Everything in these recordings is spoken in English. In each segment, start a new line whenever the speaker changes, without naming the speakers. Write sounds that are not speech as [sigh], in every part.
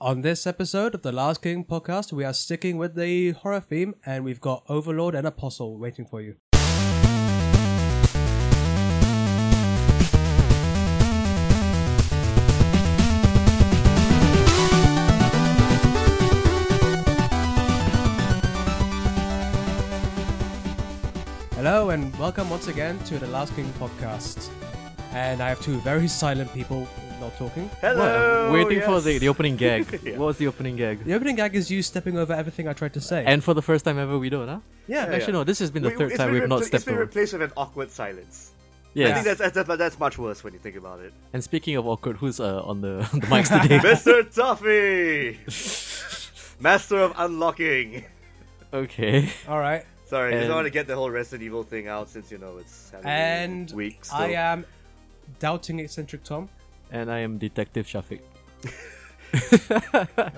On this episode of the Last King podcast, we are sticking with the horror theme and we've got Overlord and Apostle waiting for you. Hello and welcome once again to the Last King podcast. And I have two very [laughs] silent people not talking.
Hello.
Waiting for
Oh, yes.
the, the
[laughs]
opening gag. What was the opening gag?
The opening gag is you stepping over everything I tried to say.
And for the first time ever, we don't, huh?
yeah,
Actually, no, this has been the
We-
third
it's
time
been
we've not
repl- It's
stepped
been
over.
replaced with an awkward silence. I
Yes.
think that's, that's that's that's much worse when you think about it.
And speaking of awkward, who's uh, on the, [laughs] on the mics
[laughs]
today?
Mr.
[laughs]
Toffee, master of unlocking.
okay.
all right.
Sorry, I just
And-
want to get the whole Resident Evil thing out since you know it's Halloween
And
week.
I
still.
am doubting eccentric Tom.
And I am Detective Shafiq.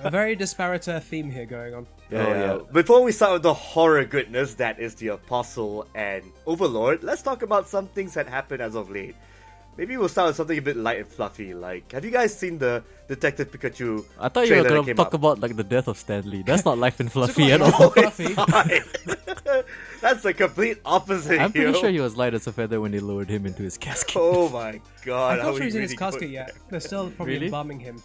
A very disparate uh, theme here going on.
Yeah,
Oh,
yeah.
yeah.
Before we start with the horror goodness that is the Apostle and Overlord, let's talk about some things that happened as of late. Maybe we'll start with something a bit light and fluffy. Like, have you guys seen the Detective Pikachu?
I thought you
trailer
were
that
going to
came
talk
up?
about like the death of Stanley. That's not
[laughs]
life and fluffy at
It's
all.
not fluffy.
Oh, That's the complete opposite. [laughs]
I'm pretty
yo.
sure he was light as a feather when they lowered him into
[laughs]
his casket.
Oh my
I'm
god!
not
how
sure
we
he's in his
really
casket
put-
yet. They're
[laughs]
still probably
Really?
embalming him.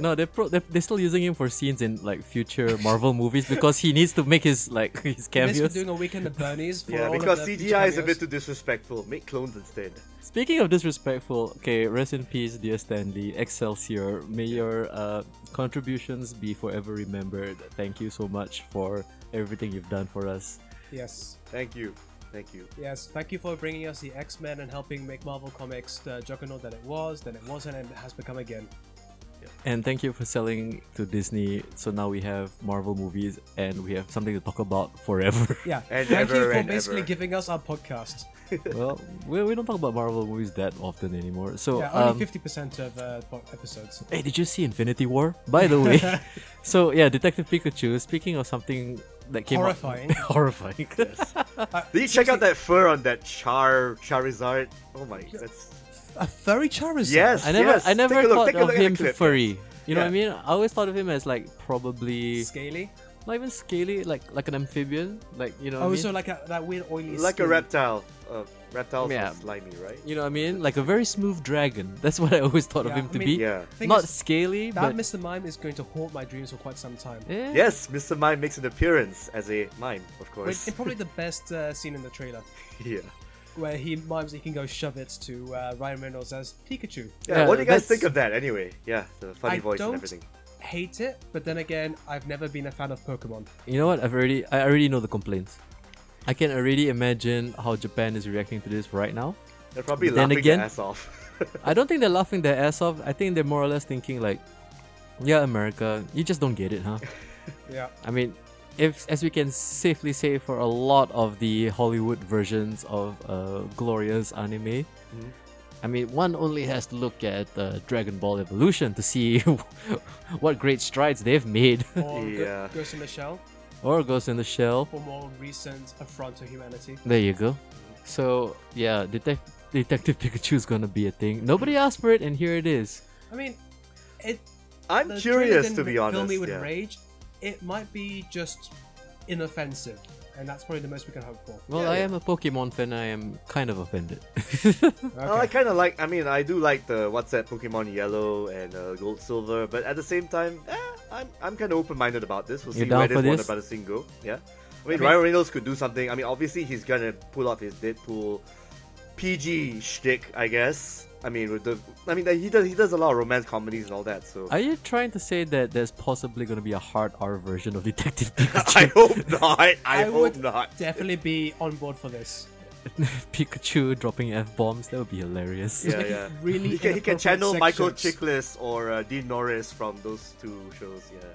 No, they're, pro- they're they're still using him for scenes in like future Marvel movies because he needs to make his like his
This for
cameos.
doing a weekend at Bernie's. For
Yeah,
all of
because
the future
CGI is a bit
cameos.
too disrespectful. Make clones instead.
Speaking of disrespectful, okay, rest in peace, dear Stanley, Excelsior. May your uh, contributions be forever remembered. Thank you so much for everything you've done for us.
Yes,
Thank you, thank you.
yes. Thank you for bringing us the X Men and helping make Marvel Comics the juggernaut that it was, that it wasn't, and has become again.
And thank you for selling to Disney. So now we have Marvel movies and we have something to talk about [laughs]
[laughs]
forever.
Yeah.
And
Thank
ever
you for
and
basically
ever.
giving us our podcast.
well, we, we don't talk about Marvel movies that often anymore. So,
Yeah,
um,
only fifty percent of uh, po- episodes.
Hey, did you see Infinity War? By
[laughs]
the way, so yeah, Detective Pikachu. Speaking of something that came out-
Horrifying.
[laughs] horrifying.
Did you check out that fur on that Char Charizard? Oh my, that's
A furry Charizard.
yes.
I never,
yes.
I
Take
never
a look,
thought
take a
of
look at the
him
clip.
furry. You know what I
Yeah.
mean? I always thought of him as like probably
Scaly.
not even scaly, like like an amphibian, like you know. What I
Oh,
mean?
so like a, that weird oily.
Like a
skin.
reptile. Uh, reptiles
Yeah.
are slimy, right?
you know what I mean? Like a very smooth dragon. [laughs] That's what I always thought
Yeah,
of him
I
to
mean-
be.
Yeah.
Thing
Not
is,
scaly,
That
but
Mr. Mime is going to haunt my dreams for quite some time.
eh,
Yes, Mr. Mime makes an appearance as a mime, of
With,
course.
in probably the best uh, scene in the trailer,
[laughs] yeah.
where he mimes he can go shove it to uh, Ryan Reynolds as Pikachu.
Yeah, what do you guys
that's-
think of that anyway? Yeah, the funny
I
voice
don't-
and everything.
Hate it, but then again, I've never been a fan of Pokemon.
You know what? I've already, I already know the complaints. I can already imagine how Japan is reacting to this right now.
They're probably
Then
laughing
again-
their ass off. [laughs]
I don't think they're laughing their ass off. I think they're more or less thinking like, "Yeah, America, you just don't get it, huh?"
Yeah,
I mean, if as we can safely say for a lot of the Hollywood versions of uh, glorious anime,
Mm-hmm.
I mean, one only has to look at uh, Dragon Ball Evolution to see [laughs] what great strides they've made,
[laughs]
[laughs]
or
Yeah.
Go- Ghost in the Shell,
or Ghost in the Shell.
for more recent affront to humanity.
There you go. So yeah, Detec- Detective Pikachu is gonna be a thing. Nobody asked for it, and here it is.
I mean, it.
I'm
the trailer
curious,
didn't
to be
fill
honest.
me with
yeah.
rage. It might be just inoffensive, and that's probably the most we can hope for.
Well,
Yeah,
I
yeah.
am a Pokemon fan. I am kind of offended. [laughs]
Uh, I kind of like. I mean, I do like the what's that Pokemon Yellow and uh, Gold Silver, but at the same time, eh, I'm I'm kind of open-minded about this. We'll
You're
see
down
where
for
this Warner Brothers
this?
thing go. Yeah, I mean,
mean-
Ryan Reynolds could do something. I mean, obviously he's gonna pull off his Deadpool PG shtick, I guess. I mean, with the I mean, he does he does a lot of romance comedies and all that. So
Are you trying to say that there's possibly gonna be a hard R version
[laughs]
of Detective
[laughs]
Pikachu?
I
[laughs]
hope not. I, hope
would
not.
definitely be on board for this.
Pikachu dropping f bombs. That would be hilarious.
Yeah, yeah.
Really,
He can, he can channel
inappropriate
Michael
sections.
Chiklis or uh, Dean Norris from those two shows. Yeah.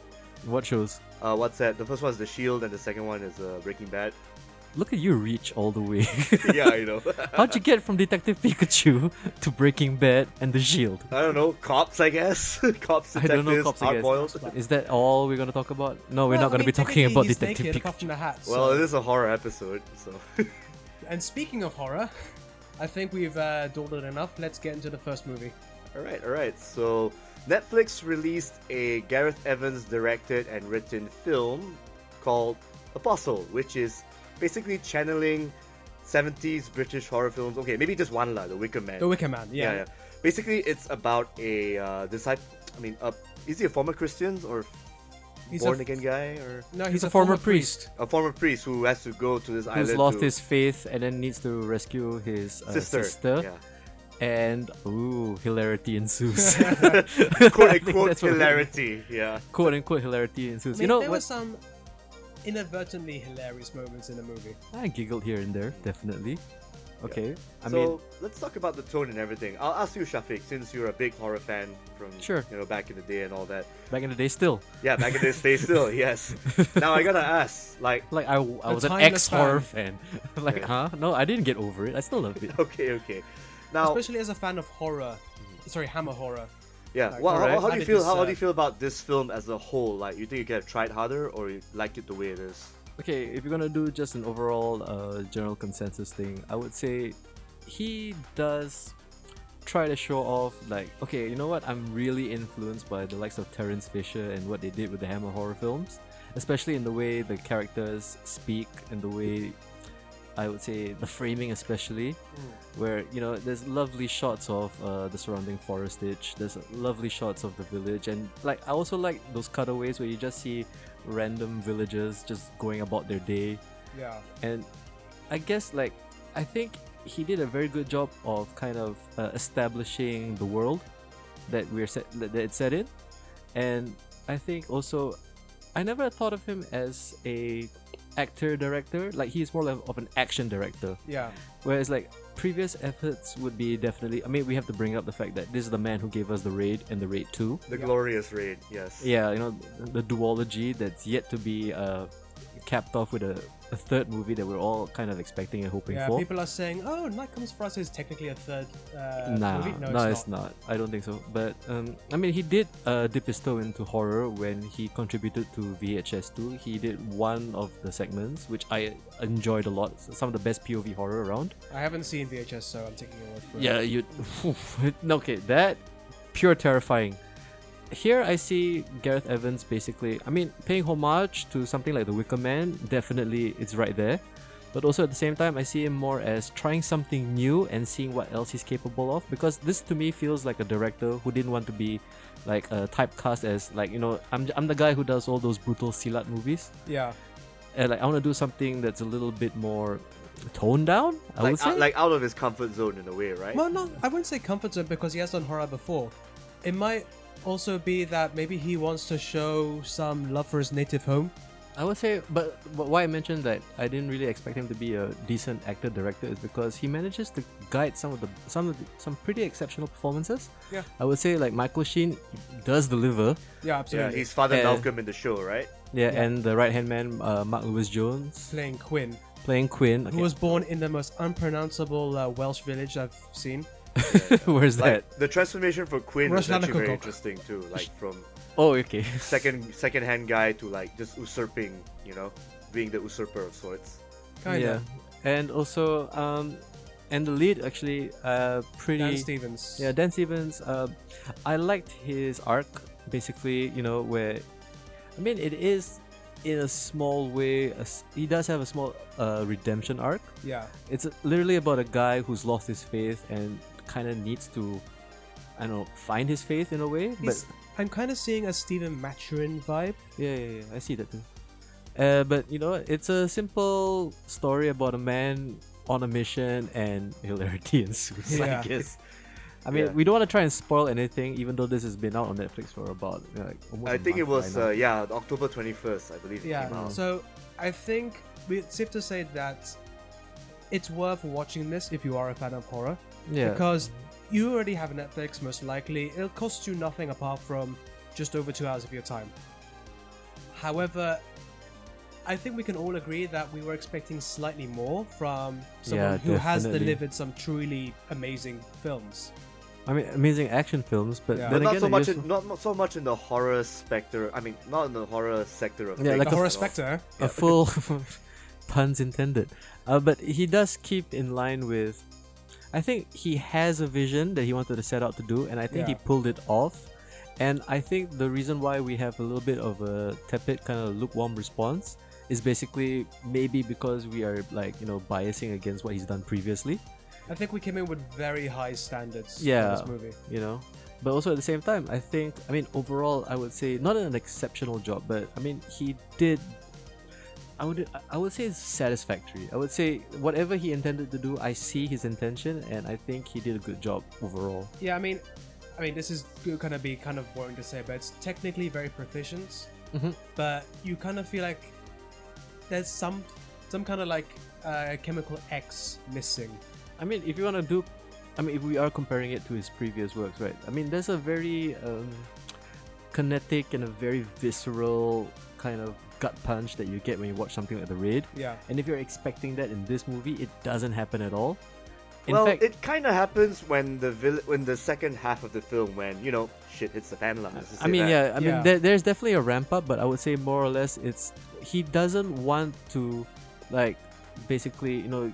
[laughs] What shows?
Uh, what's that? The first one's The Shield, and the second one is uh, Breaking Bad. [laughs]
Look at you reach all the way. [laughs]
yeah, I know. [laughs]
How'd you get from Detective Pikachu [laughs] to Breaking Bad and The Shield?
I don't know. Cops, I guess. [laughs] cops,
I
detectives,
don't know, cops. I guess.
hard-boiled.
Is that all we're gonna talk about? No, we're
Well,
not
I
gonna
mean,
be talking
technically
about
he's
Detective
naked
Pikachu.
apart from the hat, so-
[laughs] Well, it is a horror episode, so [laughs]
And speaking of horror, I think we've uh, dawdled enough. Let's get into the first movie.
all right, all right. So Netflix released a Gareth Evans directed and written film called Apostle, which is basically channeling 70s British horror films. Okay, maybe just one lah, The Wicker Man.
The Wicker Man, yeah.
yeah, yeah. Basically, it's about a uh, disciple. I mean, a, is he a former Christian or
He's a f-
born again guy or
No, he's,
He's a former priest.
a former priest who has to go to this island?
Who's lost
to-
his faith and then needs to rescue his uh,
sister?
sister.
Yeah. [laughs]
And ooh,
[laughs]
hilarity ensues. [laughs]
Quote
[laughs] I think
unquote
that's what-
hilarity. Yeah.
quote unquote hilarity ensues.
I
you
mean,
know
there
what?
were some inadvertently hilarious moments in the movie.
I giggled here and there, definitely. Okay, I
so
mean,
let's talk about the tone and everything. I'll ask you, Shafiq, since you're a big horror fan from
Sure.
you know back in the day and all that.
back in the day, still,
Yeah, back in this day still, [laughs]
[laughs]
yes. Now I gotta ask, like,
like I, w- I
A
was an
timeless
ex horror fan. [laughs] like, huh? No, I didn't get over it. I still love it.
okay, okay. Now,
Especially as a fan of horror.
Mm.
Sorry, hammer horror.
yeah.
like,
Well, how,
alright,
how
I
do you
did
feel?
this,
How, how
uh,
do you feel about this film as a whole? Like, you think you could have tried harder, or you like it the way it is?
[laughs] okay, if you're gonna do just an overall uh, general consensus thing, I would say he does try to show off like okay you know what i'm really influenced by the likes of terrence fisher and what they did with the hammer horror films especially in the way the characters speak and the way i would say the framing especially
Mm.
where you know there's lovely shots of uh, the surrounding forestage there's lovely shots of the village and like i also like those cutaways where you just see random villagers just going about their day
Yeah.
and I guess like I think he did a very good job of kind of uh, establishing the world that we're set that that it's set in, and I think also I never thought of him as a actor director like he's more of of an action director
Yeah.
whereas like previous efforts would be definitely i mean we have to bring up the fact that this is the man who gave us the raid and the raid 2
The
Yeah.
glorious raid, yes.
yeah, you know, the duology that's yet to be uh, capped off with a, a third movie that we're all kind of expecting and hoping
Yeah,
for.
people are saying, "Oh, Night Comes for Us is technically a third uh,
nah,
movie." No,
nah,
it's not.
I don't think so. But um, I mean, he did uh, dip his toe into horror when he contributed to VHS2. He did one of the segments, which I enjoyed a lot. Some of the best POV horror around.
I haven't seen VHS, so I'm taking your word for
Yeah,
it.
you. [laughs] okay, that pure terrifying. Here I see Gareth Evans basically. I mean, paying homage to something like The Wicker Man. Definitely, it's right there. But also at the same time, I see him more as trying something new and seeing what else he's capable of. Because this to me feels like a director who didn't want to be like uh, typecast as like you know I'm I'm the guy who does all those brutal silat movies.
Yeah.
And like I want to do something that's a little bit more toned down. I would
Like, uh,
say.
out, like out of his comfort zone in a way, right?
Well, no, I wouldn't say comfort zone because he has done horror before. It might also be that maybe he wants to show some love for his native home.
I would say, but, but why I mentioned that I didn't really expect him to be a decent actor director is because he manages to guide some of the some of the, some pretty exceptional performances.
Yeah.
I would say like Michael Sheen does deliver.
Yeah,
yeah,
absolutely.
he's Father
Yeah.
Malcolm in the show,
[laughs]
right?
Yeah,
Yeah.
and the right hand man uh, Mark Lewis Jones
playing Quinn,
playing Quinn.
who
[laughs]
was born in the most unpronounceable uh, Welsh village I've seen.
where's that?
Like the transformation for Quinn
Rush
was actually very
Lanakokok.
interesting too. Like from
Oh, okay.
second second hand guy to like just usurping, you know, being the usurper of sorts.
Kind
[laughs] yeah,
of.
and also um, and the lead actually uh pretty
Dan Stevens.
Yeah, Dan Stevens. Uh, I liked his arc, basically. You know, where I mean, it is in a small way. a s he does have a small uh, redemption arc.
yeah.
It's literally about a guy who's lost his faith and kind of needs to, I don't know, find his faith in a way.
He's- I'm kind of seeing a Stephen Maturin vibe.
Yeah, yeah, yeah. I see that too. Uh, but you know, it's a simple story about a man on a mission and [laughs] hilarity ensues.
Yeah.
I guess. I mean,
Yeah.
we don't want to try and spoil anything, even though this has been out on Netflix for about you know, like almost.
I
a
think it
month
was
by now.
uh, yeah October twenty first, I believe. It came
Yeah.
out.
So I think we- it's safe to say that it's worth watching this if you are a fan of horror.
yeah.
because you already have a Netflix, most likely. It'll cost you nothing apart from just over two hours of your time. However, I think we can all agree that we were expecting slightly more from someone
Yeah,
who has
definitely.
delivered some truly amazing films.
I mean, amazing action films, but
Yeah.
but
then
not
again,
so
it
much
used
in, not, not so much in the horror specter. I mean, not in the horror sector of
Yeah,
things
The
like a
at
horror
all.
spectre.
a full [laughs] puns intended. Uh, but he does keep in line with. I think he has a vision that he wanted to set out to do, and I think he
Yeah.
pulled it off. And I think the reason why we have a little bit of a tepid, kind of lukewarm response is basically maybe because we are like, you know, biasing against what he's done previously,
I think we came in with very high standards for
Yeah.
this movie.
you know. But also at the same time, I think, I mean, overall, I would say not an exceptional job, but I mean, he did. I would, I would say it's satisfactory. I would say whatever he intended to do, I see his intention, and I think he did a good job overall.
Yeah, I mean, I mean, this is gonna be kind of boring to say, but it's technically very proficient.
Mm-hmm.
Mhm.
But you kind of feel like there's some some kind of like uh, chemical X missing.
I mean, if you want to do, I mean, if we are comparing it to his previous works, right? I mean, there's a very um, kinetic and a very visceral kind of gut punch that you get when you watch something like The Raid.
Yeah,
And if you're expecting that in this movie, it doesn't happen at all. In
well,
fact,
it kind of happens when the vill- when the second half of the film, when you know shit hits the fan. Line,
I mean, yeah,
Yeah.
I mean, there, there's definitely a ramp up, but I would say more or less it's he doesn't want to, like, basically, you know,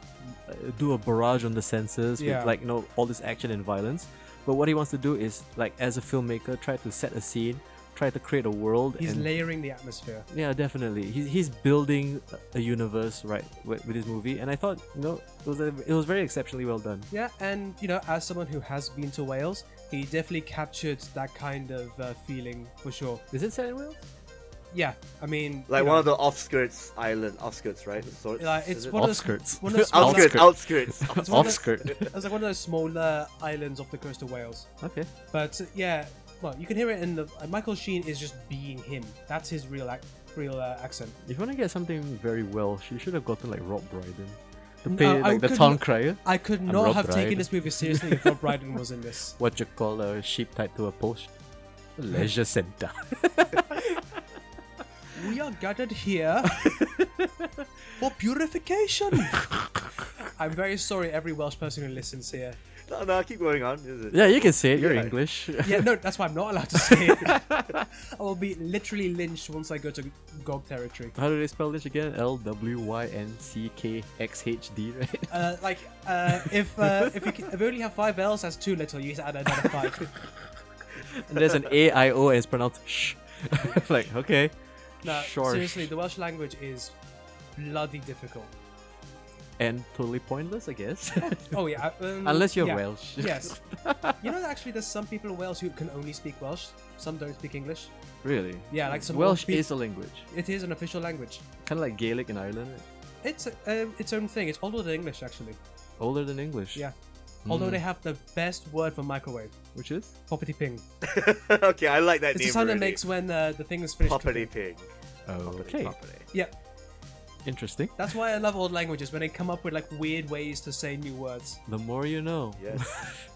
uh, do a barrage on the senses
Yeah.
with like you know all this action and violence. But what he wants to do is like as a filmmaker, try to set a scene, try to create a world.
he's
and,
layering the atmosphere.
yeah, definitely. He's he's building a- a universe right with, with his movie, and I thought you know it was a, it was very exceptionally well done.
Yeah, and you know, as someone who has been to Wales, he definitely captured that kind of uh, feeling for sure.
Is it set in Wales?
Yeah, I mean,
like
you know,
one of the offskirts island, offskirts, right? The sorts,
like,
is
it's
it?
one of those,
Offskirts.
one of those small-
[laughs] outskirts, outskirts.
It's
[laughs]
one of those-
Offskirt.
It's like one of those smaller islands off the coast of Wales.
Okay.
But uh, yeah, well, you can hear it in the uh, Michael Sheen is just being him. That's his real ac- real uh, accent.
If you want to get something very Welsh, you should have gotten like Rob Brydon to
No,
play
I
like the
couldn't- e-,
town crier.
I could
I'm
not
Rob
have taken
Brydon.
this movie seriously if
[laughs]
Rob Brydon was in this.
What you call a sheep tied to a post? Leisure centre.
We are gathered
[laughs]
here for purification. I'm very sorry, every Welsh person who listens here.
[laughs] no, no, keep going on. Is it?
[laughs] yeah, you can say it. You're
Yeah.
English. [laughs]
Yeah, no, that's why I'm not allowed to say it. I will be literally lynched once I go to GOG territory.
How do they spell this again? L W Y N C K X H D, [laughs] right?
Uh, like, uh, if uh, if you can, if you only have five L's, that's too little. You need to add another five.
And there's an A I O and it's pronounced sh. [laughs] like, okay.
No,
Sure.
seriously, the Welsh language is bloody difficult.
And totally pointless, I
[laughs]
guess. [laughs]
Oh yeah, I- um,
Unless you're
yeah.
Welsh.
[laughs]
[laughs]
Yes. You know, that actually, there's some people in Wales who can only speak Welsh. Some don't speak English.
Really?
Yeah, like some old
Welsh
peop-
is a language.
It is an official language.
Kind of like Gaelic in Ireland. right?
It's uh, its own thing. It's older than English, actually.
Older than English.
Yeah.
Hmm.
Although they have the best word for microwave,
Which is?
poppity ping.
[laughs] okay, I like that
It's
name.
the sound that
already.
makes when uh, the thing is finished.
Poppity
cooking.
Pig.
Okay.
Poppity.
Yeah,
Interesting.
that's why I love old languages when they come up with like weird ways to say new words.
The more you know. [laughs]
Yes.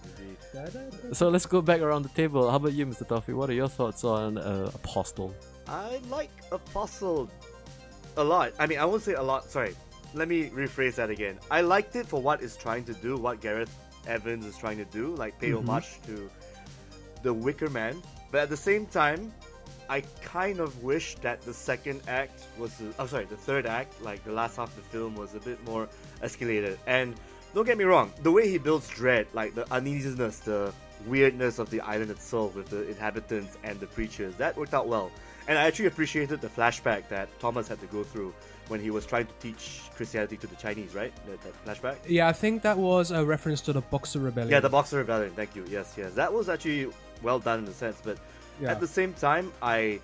indeed.
So let's go back around the table. How about you, Mr. Taufik? What are your thoughts on uh, Apostle?
I like Apostle a lot. I mean, I won't say a lot. Sorry. Let me rephrase that again. I liked it for what it's trying to do, what Gareth Evans is trying to do, like pay
Mm-hmm.
homage to the Wicker Man. But at the same time, I kind of wish that the second act was, i oh, sorry, the third act, like the last half of the film, was a bit more escalated. And don't get me wrong, the way he builds dread, like the uneasiness, the weirdness of the island itself with the inhabitants and the preachers, that worked out well. And I actually appreciated the flashback that Thomas had to go through when he was trying to teach Christianity to the Chinese, right? That, that flashback.
Yeah, I think that was a reference to the Boxer Rebellion.
Yeah, the Boxer Rebellion. Thank you. Yes, yes, that was actually well done in a sense, but
Yeah.
at the same time, I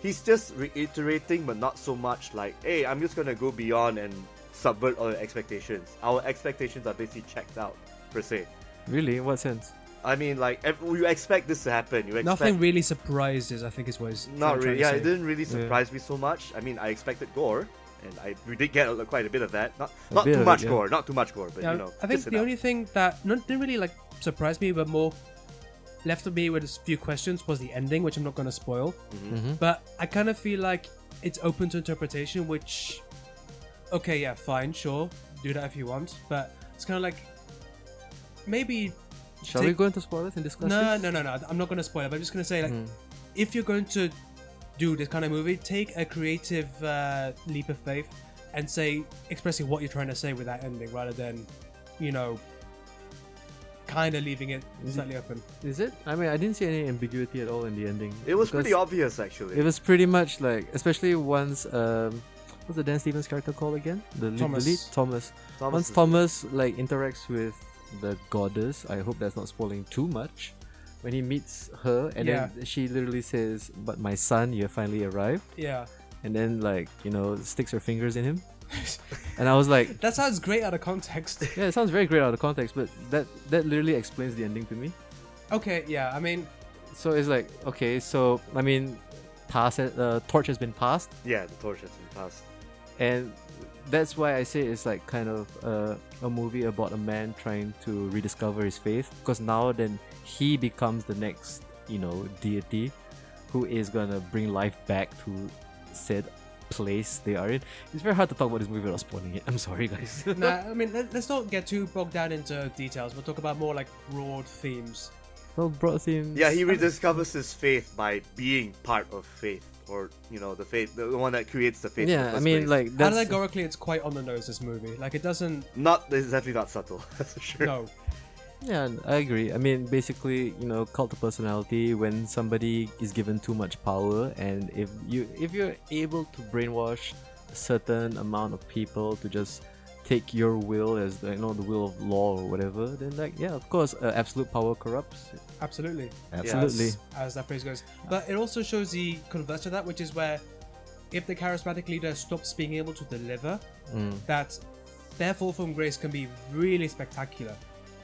he's just reiterating, but not so much like, "Hey, I'm just gonna go beyond and subvert all your expectations." Our expectations are basically checked out per se.
Really? In what sense?
I mean, like ev- you expect this to happen. You expect
Nothing really surprises, I think, is what he's
not
trying to
really. Yeah,
say.
it didn't really surprise me so much. I mean, I expected gore, and I we did get a- quite a bit of that. Not not
bit
too
of it,
much
yeah.
gore, not too much gore, but
Yeah,
you know,
I think
just
the
enough.
only thing that not, didn't really like surprise me, but more left me with a few questions was the ending, which I'm not going to spoil.
Mm-hmm.
But I kind of feel like it's open to interpretation. Which, okay, yeah, fine, sure, do that if you want. But it's kind of like maybe
Shall
Take-
we go into spoilers and discuss
no,
this?
no, no, no. I'm not going to spoil it. But I'm just going to say like, if you're going to do this kind of movie, take a creative uh, leap of faith and say expressing what you're trying to say with that ending, rather than, you know, kind of leaving it
Is it-
slightly open.
Is it? I mean, I didn't see any ambiguity at all in the ending.
It was
because
pretty obvious, actually.
It was pretty much like, especially once um, what's the Dan Stevens character called again? The lead,
Thomas.
The lead? Thomas.
Thomas
Once
is-
Thomas like interacts with the goddess, I hope that's not spoiling too much. When he meets her, and then she literally says, "But my son, you have finally arrived,"
Yeah.
and then like you know sticks her fingers in him, and I was like,
That sounds great out of context.
"Yeah, it sounds very great out of context, but that that literally explains the ending to me."
okay, yeah, I mean,
So it's like, okay, so I mean, pass uh, torch has been passed,
Yeah, the torch has been passed.
and that's why I say it's like kind of uh, a movie about a man trying to rediscover his faith because now then he becomes the next you know deity who is gonna bring life back to said place they are in. It's very hard to talk about this movie without spoiling it. I'm sorry, guys.
nah, I mean, let, let's not get too bogged down into details. We'll talk about more like broad themes.
well, broad themes.
Yeah, he rediscovers his faith by being part of faith, or you know, the faith, the one that creates the faith. in the
Yeah, I
first
mean,
place.
like that's
Allegorically, it's quite on the nose. This movie, like, it doesn't.
not it's definitely not subtle. [laughs] That's for sure.
No,
Yeah, I agree. I mean, basically, you know, cult of personality when somebody is given too much power, and if you if you're able to brainwash a certain amount of people to just take your will as the, you know the will of law or whatever, then like yeah, of course, uh, absolute power corrupts.
absolutely.
Absolutely.
as, as that phrase goes. But it also shows the converse to that, which is where if the charismatic leader stops being able to deliver, that their fall from grace can be really spectacular.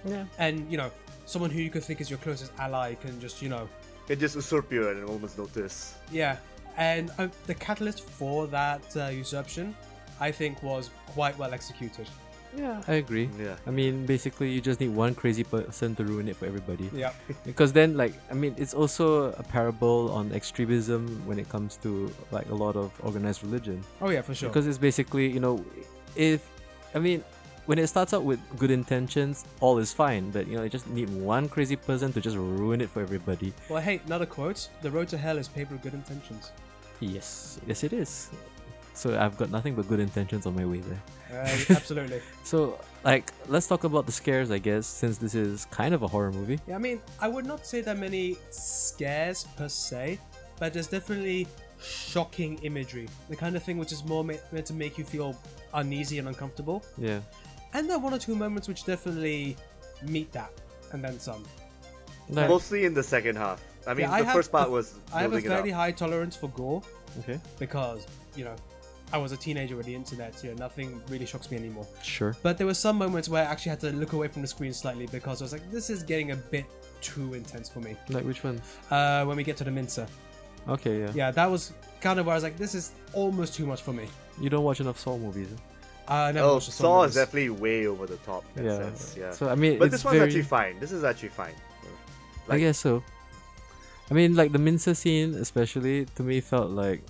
Yeah.
And, you know, someone who you could think is your closest ally can just, you know,
It just usurp you at a moment's notice.
yeah. And uh, the catalyst for that uh, usurpation, I think, was quite well executed.
Yeah, I agree.
Yeah.
I mean, basically, you just need one crazy person to ruin it for everybody.
Yeah.
because then like i mean it's also a parable on extremism when it comes to like a lot of organized religion
Oh, yeah, for sure.
because it's basically you know if i mean when it starts out with good intentions all is fine but you know you just need one crazy person to just ruin it for everybody
well, hey, another quote The road to hell is paved with good intentions.
yes yes it is so i've got nothing but good intentions on my way there
Uh, [laughs] absolutely.
so like let's talk about the scares i guess since this is kind of a horror movie
Yeah, I mean, I would not say there are many scares per se, but there's definitely shocking imagery. The kind of thing which is more ma- meant to make you feel uneasy and uncomfortable.
yeah
And there are one or two moments which definitely meet that, and then some.
Like-
Mostly in the second half. I mean,
Yeah, I
the
have
first part
a-
was
I have a
building
fairly
it up.
high tolerance for gore
okay
because, you know, I was a teenager with the internet, you know, nothing really shocks me anymore.
sure
But there were some moments where I actually had to look away from the screen slightly because I was like, this is getting a bit too intense for me.
like which one
Uh, when we get to the Mincer.
okay yeah,
yeah, that was kind of where I was like, this is almost too much for me.
you don't watch enough saw movies huh?
I never
Oh,
watched the
Saw is
Saw movies.
definitely way over the top. In yeah. Sense. Yeah.
So I mean,
but
it's
this one's
very-
actually fine. This is actually fine.
I
like-
guess so. I mean, like the Mincer scene, especially to me, felt like,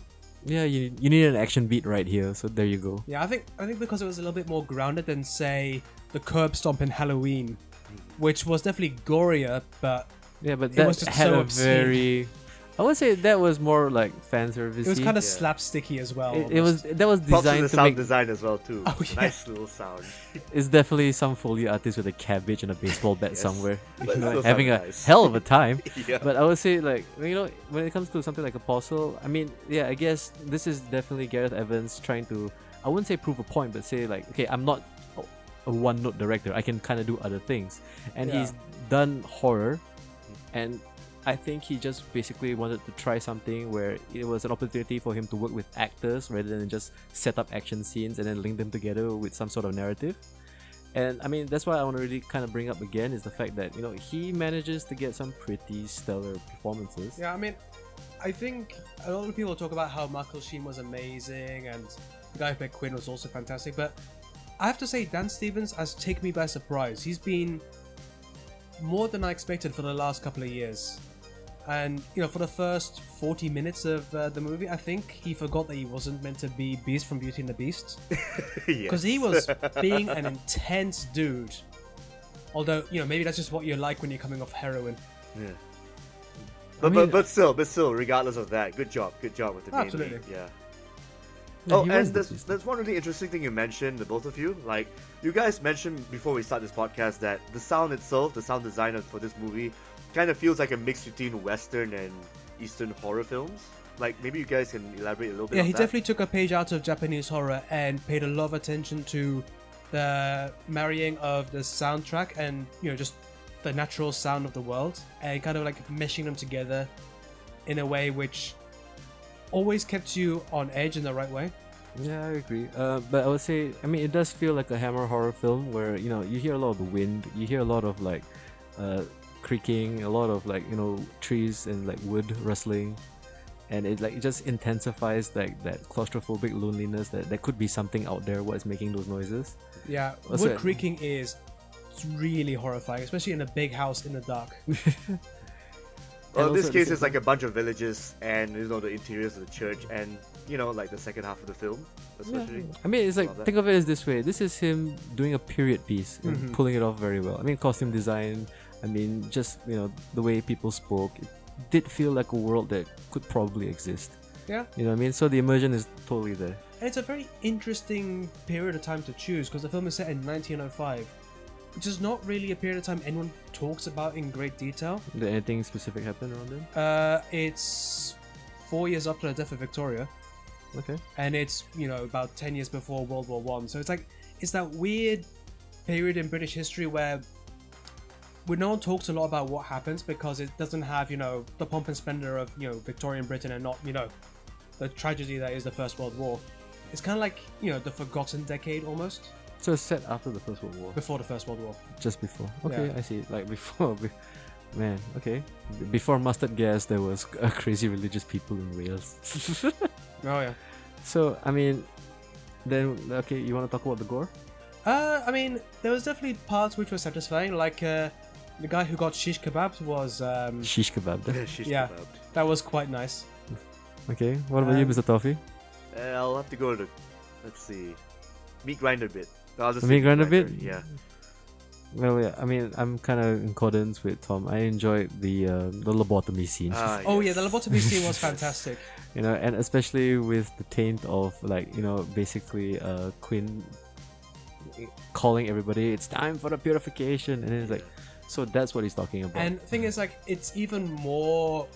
yeah, you you need an action beat right here. So there you go.
Yeah, I think I think because it was a little bit more grounded than say the curb stomp in Halloween, which was definitely gorier, but
Yeah, but
It
that
was just
had
so
a
obscene.
very. I would say that was more like fan service.
it was kind of slapsticky as well.
It, it was
almost.
that was
Props to
designed
the
to
sound
make.
design as well too.
Oh, yeah.
Nice little sound. [laughs]
It's definitely some foley artist with a cabbage and a baseball bat
Yes.
somewhere, [laughs]
But
you
it
know,
still
having a
sounded nice.
hell of a time.
[laughs] yeah.
But I would say, like, you know, when it comes to something like Apostle, I mean, yeah, I guess this is definitely Gareth Evans trying to, I wouldn't say prove a point, but say, like, okay, I'm not a- a one note director. I can kind of do other things. And
Yeah.
he's done horror, and I think he just basically wanted to try something where it was an opportunity for him to work with actors rather than just set up action scenes and then link them together with some sort of narrative. And I mean, that's why I want to really kind of bring up again is the fact that, you know, he manages to get some pretty stellar performances.
Yeah, I mean, I think a lot of people talk about how Michael Sheen was amazing and the guy who played Quinn was also fantastic, but I have to say Dan Stevens has taken me by surprise. He's been more than I expected for the last couple of years. And you know, for the first 40 minutes of uh, the movie, I think he forgot that he wasn't meant to be Beast from Beauty and the Beast because he was being an intense dude. Although, you know, maybe that's just what you're like when you're coming off heroin.
But,
mean-
but but still, but still, regardless of that, good job, good job with the main
Absolutely.
lead, Yeah.
Yeah,
oh,
he
and
was the
there's,
beast.
there's one really interesting thing you mentioned, the both of you. Like, you guys mentioned before we start this podcast that the sound itself, the sound design of- for this movie, kind of feels like a mix between Western and Eastern horror films. Like, maybe you guys can elaborate a little bit
yeah,
on
he
that.
definitely took a page out of Japanese horror and paid a lot of attention to the marrying of the soundtrack and you know just the natural sound of the world and kind of like meshing them together in a way which always kept you on edge in the right way.
Yeah, I agree. Uh, but I would say, I mean, it does feel like a Hammer horror film where you know you hear a lot of wind, you hear a lot of like uh, creaking, a lot of like you know trees and like wood rustling, and it like it just intensifies like that claustrophobic loneliness that there could be something out there what's making those noises.
Yeah,
What's
wood
that?
creaking is it's really horrifying, especially in a big house in the dark.
Well, in
And
this
also at the
case,
same
it's like a bunch of villages and, you know, the interiors of the church and, you know, like the second half of the film, especially.
I mean, it's like
Love that.
think of it as this way. This is him doing a period piece, and pulling it off very well. I mean, costume design. I mean, just you know the way people spoke. It did feel like a world that could probably exist.
Yeah,
You know what I mean? So the immersion is totally there.
and it's a very interesting period of time to choose because the film is set in 1905, which is not really a period of time anyone talks about in great detail.
Did anything specific happen around then?
Uh, it's four years after the death of Victoria,
Okay.
and it's you know about ten years before World War One. So it's like it's that weird period in British history where where no one talks a lot about what happens because it doesn't have you know the pomp and splendor of you know Victorian Britain and not you know the tragedy that is the First World War. It's kind of like you know the forgotten decade almost
So it's set after the First World
[laughs]
War,
before the First World War.
just before. Okay,
Yeah.
I see. Like before, [laughs] be- man. Okay, B- before mustard gas, there was uh, crazy religious people in Wales. [laughs]
Oh yeah.
so I mean, then okay, you want to talk about the gore?
Uh, I mean, there was definitely parts which were satisfying, like uh, the guy who got shish kebabs was um,
Shish kebab. Then.
Yeah, [laughs] she's
Yeah.
developed.
that was quite nice.
Okay, what about you,
Um,
Mr. Toffee?
Uh, I'll have to go to, let's see, meat grinder bit. I'll just
The
say
meat grinder bit?
Yeah.
Well, yeah, I mean, I'm kind of in accordance with Tom. I enjoyed the uh, the lobotomy scene,
Ah,
Oh yeah,
yes.
the lobotomy scene [laughs] was fantastic.
you know, and especially with the taint of like you know, basically uh, Quinn calling everybody, it's time for the purification, and it's like, so that's what he's talking about.
and thing is, like, it's even more,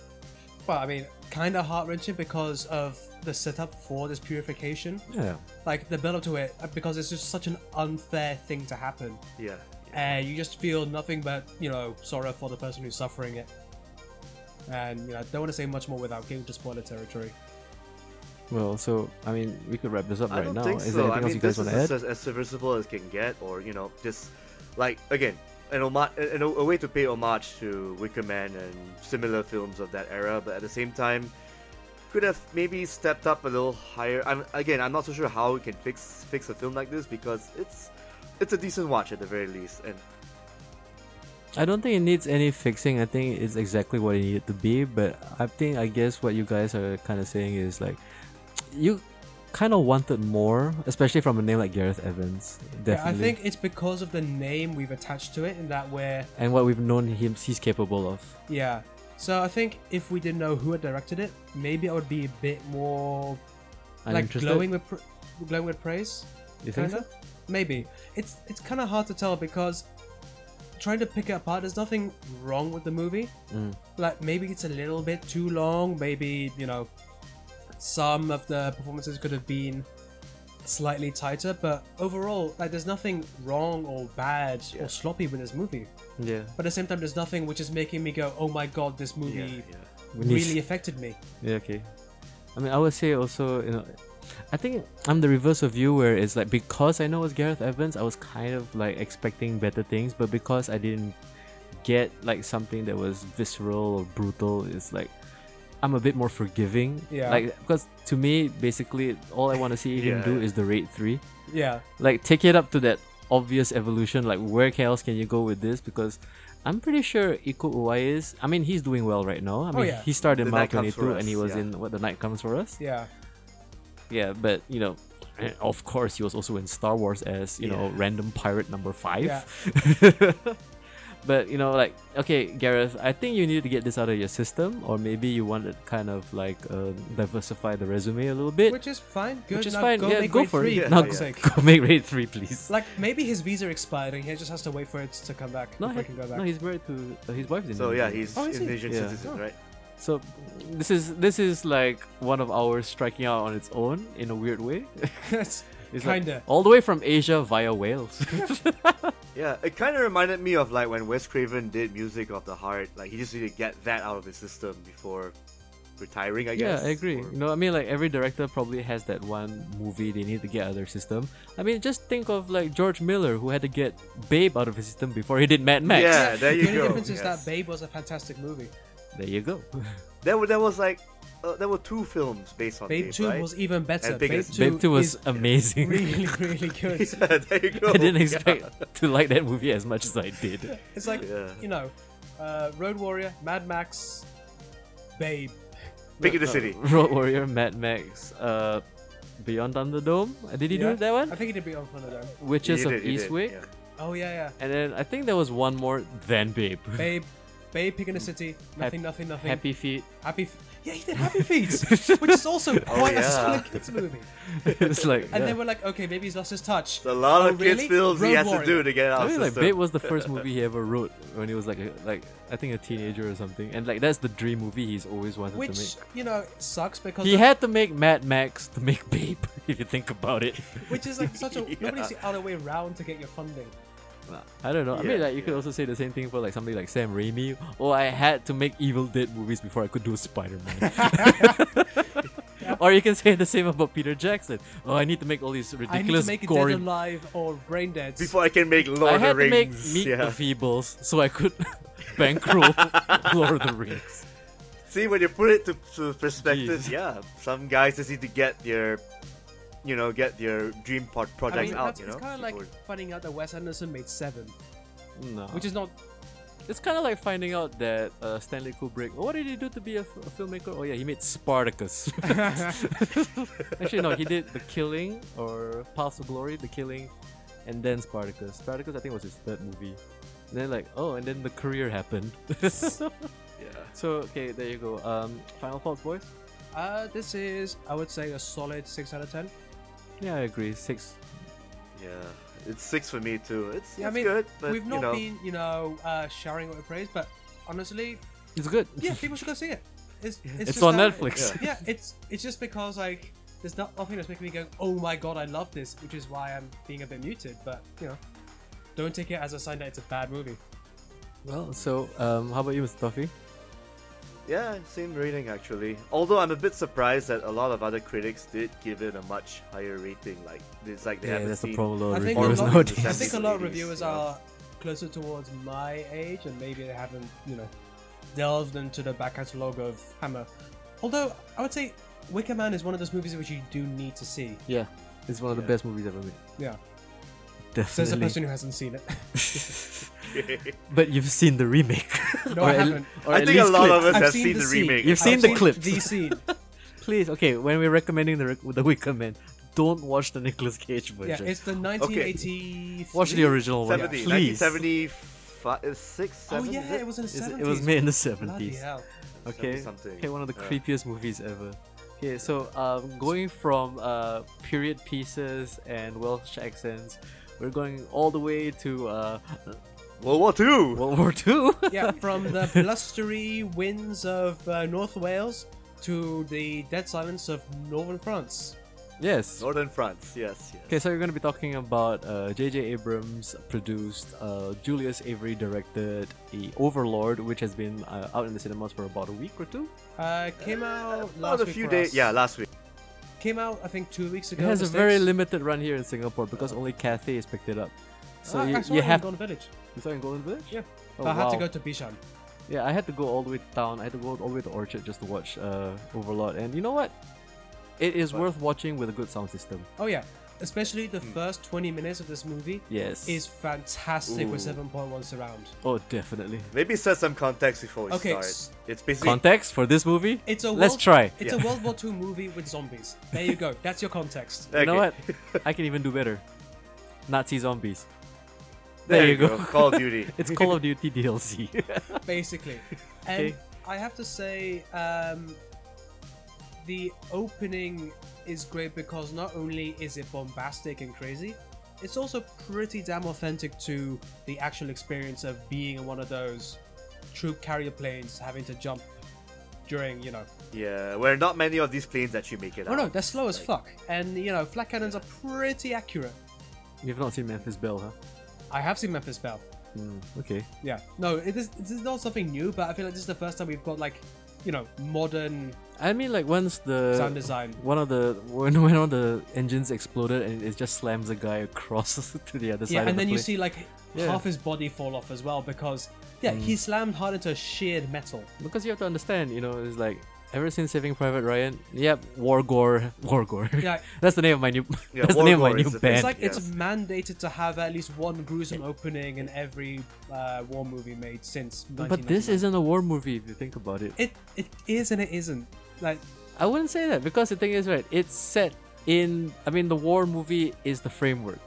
well, I mean, kind of heart wrenching because of the setup for this purification,
yeah,
like the build up to it, uh, because it's just such an unfair thing to happen,
Yeah. yeah.
and you just feel nothing but you know sorrow for the person who's suffering it. And you know, I don't want to say much more without getting to spoiler territory.
well, so I mean, we could wrap this up
I
right
don't
now.
think
Is
so.
there anything
I
else
mean,
you
this
guys
is
want to add?
as, as serviceable as can get, or you know, just like again, an homage, an, a way to pay homage to Wicker Man and similar films of that era, but at the same time, could have maybe stepped up a little higher. I'm again, I'm not so sure how we can fix fix a film like this because it's it's a decent watch at the very least, and
I don't think it needs any fixing. I think it's exactly what it needed to be. But I think, I guess, what you guys are kind of saying is like, you kind of wanted more, especially from a name like Gareth Evans.
Yeah, I
Definitely.
think it's because of the name we've attached to it, in that we're
and what we've known him, he's capable of.
Yeah. So I think if we didn't know who had directed it, maybe I would be a bit more
I'm
like
interested.
glowing with pr- glowing with praise.
You think
kinda. Maybe it's it's kind of hard to tell because trying to pick it apart. There's nothing wrong with the movie.
Mm.
Like maybe it's a little bit too long. Maybe you know some of the performances could have been slightly tighter. But overall, like there's nothing wrong or bad
Yeah.
or sloppy with this movie.
Yeah.
But at the same time, there's nothing which is making me go, "Oh my god, this movie."
yeah, yeah.
We need-
really affected me.
Yeah, okay. I mean, I would say also, you know, I think I'm the reverse of you, where it's like because I know it's Gareth Evans, I was kind of like expecting better things, but because I didn't get like something that was visceral or brutal, it's like I'm a bit more forgiving.
Yeah.
Like, because to me, basically, all I want to see him
Yeah,
do
yeah.
is the raid three.
Yeah.
Like, take it up to that obvious evolution. Like, where else can you go with this? Because I'm pretty sure Iko Uwais is. I mean, he's doing well right now. I mean,
Oh, yeah.
he started in
The
Mile
Night Comes
22
For
and he
Us,
was
yeah.
in What the Night Comes for Us.
Yeah.
Yeah, but you know, and of course, he was also in Star Wars as you know
Yeah.
random pirate number five. [laughs] But you know, like okay, Gareth, I think you need to get this out of your system, or maybe you want to kind of like um, diversify the resume a little [laughs] bit.
Which is fine. Good.
is
now
fine,
Go
yeah,
make
go
grade
for it.
three,
Yeah,
for
Now
fuck's
yeah.
sake.
Go make rate three, please.
Like maybe his visa expired and he just has to wait for it to come back.
No,
before he
he,
can go back.
no, he's married to uh, his wife's.
So yeah, he's
Oh, is he?
Indonesian
Yeah.
citizen,
Oh.
right?
So this is this is like one of ours striking out on its own in a weird way.
[laughs]
[laughs]
That's
It's like
Kinda.
all the way from Asia via
[laughs]
Wales.
Yeah, it kind of reminded me of like when Wes Craven did Music of the Heart. Like he just needed to get that out of his system before retiring. I
[laughs] yeah,
guess.
I agree.
or-
You know, I mean, like every director probably has that one movie they need to get out of their system. I mean, just think of like George Miller who had to get Babe out of his system before he did Mad Max.
Yeah, there you
the only
go.
difference is
yes.
that Babe was a fantastic movie.
There you go.
There were there was like uh, there were two films based on
Babe
Babe,
2
right? [laughs]
was even better.
And biggest.
Babe 2 was
is
amazing.
really, [laughs] really good.
yeah, there you go.
[laughs]
[laughs]
I didn't
Yeah.
expect to like that movie as much as I did.
It's like,
Yeah.
you know, uh, Road Warrior, Mad Max, Babe.
Big in the
Uh, [laughs]
City.
Road Warrior, Mad Max, uh, Beyond Thunderdome. Uh, Did he
Yeah.
do that
I
one?
think he did beat on Thunderdome.
Witches
He
of
did, he did,
Eastwick.
yeah.
Oh, yeah,
And then I think there was one more than Babe. [laughs]
yeah. Babe. Babe, Pig in the City, nothing, nothing, nothing.
Happy Feet.
Happy F- yeah, he did
[laughs]
Happy Feet, which is also quite a
Oh, yeah.
solid kids movie.
it's like
And
yeah.
they were like, okay, maybe he's lost his touch.
It's a lot
Oh,
of
really?
kids films
Road
he has
Warrior.
to do to get out.
I
of
mean,
his
like
system.
Babe was the first movie he ever wrote when he was like a, like I think a teenager or something, and like that's the dream movie he's always wanted to
Which,
make.
you know, sucks because
He
of-
had to make Mad Max to make Babe, [laughs] if you think about it.
which is like such a
[laughs] Yeah.
nobody's the other way round to get your funding.
I don't know. I mean,
Yeah,
like you could
yeah.
also say the same thing for like somebody like Sam Raimi. Oh, I had to make Evil Dead movies before I could do Spider
[laughs]
Man. or you can say the same about Peter Jackson. Oh, I need to make all these
I need to
ridiculous
make it
gory
dead alive or brain dead.
before I can make Lord
I
of
had
the Rings.
to make Meet
yeah.
the Feebles so I could [laughs] bankroll Lord of the Rings.
[laughs] See, when you put it to, to perspective,
Jeez.
yeah, some guys just need to get their, you know, get their dream pod
I
project
mean,
out.
that's,
You
it's
know,
kind of like
before- Ah.
finding out that Wes Anderson made Seven,
No.
which is
[laughs]
not.
it's kind of like finding out that uh, Stanley Kubrick. What did he do to be a, f- a filmmaker? Oh yeah, he made Spartacus. [laughs] Actually, no, he did The Killing or Paths of Glory, The Killing, and then Spartacus. Spartacus, I think, was his third movie. And then like, oh, and then the career happened. [laughs] so
yeah.
okay, there you go. Um, final thoughts, boys.
Uh, this is, I would say, a solid six out of ten.
Yeah, I agree. Six.
yeah, it's six for me too. It's,
Yeah, I
it's
mean,
good, but
We've not
you know,
been, you know, uh, showering it with praise, but honestly,
It's good.
yeah,
[laughs]
people should go see it.
[laughs]
It's, it's,
It's
just
on
that-
Netflix.
Yeah, it's it's just because like there's not nothing that's making me go, oh my god, I love this, which is why I'm being a bit muted. But you know, don't take it as a sign that it's a bad movie.
[laughs] Well, so um, how about you, Mr. Toffee?
yeah, same rating actually. Although I'm a bit surprised that a lot of other critics did give it a much higher rating. Like it's like they
yeah,
haven't
that's the
seen. [laughs]
problem. with
I think, a
reviewers
Forest
lot,
nowadays.
I think a lot of
70s,
reviewers
yeah.
are closer towards my age, and maybe they haven't, you know, delved into the back catalogue of Hammer. Although I would say Wicker Man is one of those movies which you do need to see.
Yeah, it's one of the
Yeah.
best movies ever made.
Yeah, says the
Definitely.
person who hasn't seen it.
but you've seen the remake.
No,
Or
I
at-
haven't.
or
I
at
think a
least
lot of
clips.
[laughs]
us
I've
have
seen
seen,
the
the
scene.
remake.
You've
I've
seen the clips.
The
[laughs]
scene.
Please, okay, when we're recommending the, rec- the Wicker Man, don't watch the Nicolas Cage
Yeah,
version.
it's the 1980.
watch the original one.
70,
please.
1975, uh, six,
Oh
seven, is
yeah,
it?
it was in the
It's-
70s.
It was made in the
Bloody
70s.
hell.
Okay.
70-something.
Okay, one of the
Yeah.
creepiest movies ever. Okay, so um, going from uh, period pieces and Welsh accents, we're going all the way to uh,
World War Two.
World War II.
Yeah, from
[laughs]
the blustery winds of uh, North Wales to the dead silence of northern France.
[laughs] yes.
Northern France. Yes. yes.
Okay, so we're going to be talking about uh, J.J. Abrams produced, uh, Julius Avery directed a Overlord, which has been uh, out in the cinemas for about a week or two.
Uh, came out
About
last
a
week
few
for
days.
us.
Yeah, last week.
came out I think two weeks
It
ago.
has a
in the
very
States.
limited run here in Singapore because only Cathay is picked it up. So
Ah,
you,
I saw
you
it
have.
in Golden Village.
You saw it in Golden Village?
Yeah.
Oh,
I had to
wow.
go to Bishan.
Yeah, I had to go all the way to town. I had to go all the way to Orchard just to watch uh, Overlord. And you know what? It is
What?
worth watching with a good sound system.
Oh yeah, especially the first 20 minutes of this movie
Hmm. Yes.
is fantastic with
Ooh.
7.1 surround.
oh, definitely.
Maybe set some context before we
Okay, s-
start. It's basically
Context for this movie?
It's a
Let's
world,
try.
It's a World War II movie with zombies. There you go.
[laughs]
That's your context.
[laughs] You know
Okay.
what? I can even do better. Nazi zombies. There you go.
Call of Duty.
[laughs] It's Call [laughs] of Duty DLC.
basically.
Okay.
And I have to say, um, the opening is great because not only is it bombastic and crazy, it's also pretty damn authentic to the actual experience of being in one of those troop carrier planes having to jump during, you know.
yeah, where not many of these planes actually make it
Oh
out.
no, they're slow as fuck. And, you know, flat cannons are pretty accurate.
You've not seen Memphis Bell, huh?
I have seen Memphis Belle.
Hmm, okay.
Yeah. No, it is, this is not something new, but I feel like this is the first time we've got, like, you know, modern
I mean, like once the
sound design.
one of the when [laughs] when one of the engines exploded and it just slams a guy across [laughs] to the other side.
Yeah,
of
and
the
then you
plane.
see like
Yeah. Mm.
half his body fall off as well because yeah, he slammed hard into sheared metal.
because you have to understand, you know, it's like ever since Saving Private Ryan, yep, War Gore, [laughs] War Gore.
Yeah.
that's the name of my new. [laughs]
Yeah,
that's the name of my
War Gore
new
is the thing.
band.
It's like it's
yes.
mandated to have at least one gruesome opening in every uh, war movie made since.
but this
1999.
isn't a war movie if you think about it.
it. It is and it isn't. Like
I wouldn't say that because the thing is, right? It's set in. I mean, the war movie is the framework.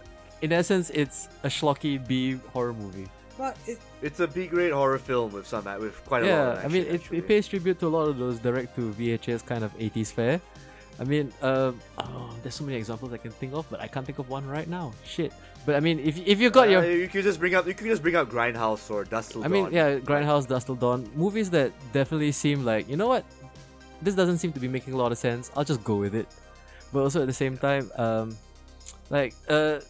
In essence, it's a schlocky B horror movie.
but it,
It's a B grade horror film with some with quite a lot.
yeah,
Of
I mean,
action,
it,
actually.
it pays tribute to a lot of those direct to VHS kind of 80s fare. I mean, um, oh, there's so many examples I can think of, but I can't think of one right now. Shit. But I mean, if, if you got
Uh,
your.
you could just bring up you could just bring up Grindhouse or Dust Till
I mean,
Dawn.
yeah, Grindhouse, Dust Till Dawn, movies that definitely seem like, you know what? This doesn't seem to be making a lot of sense. I'll just go with it. But also at the same time, um, like, uh,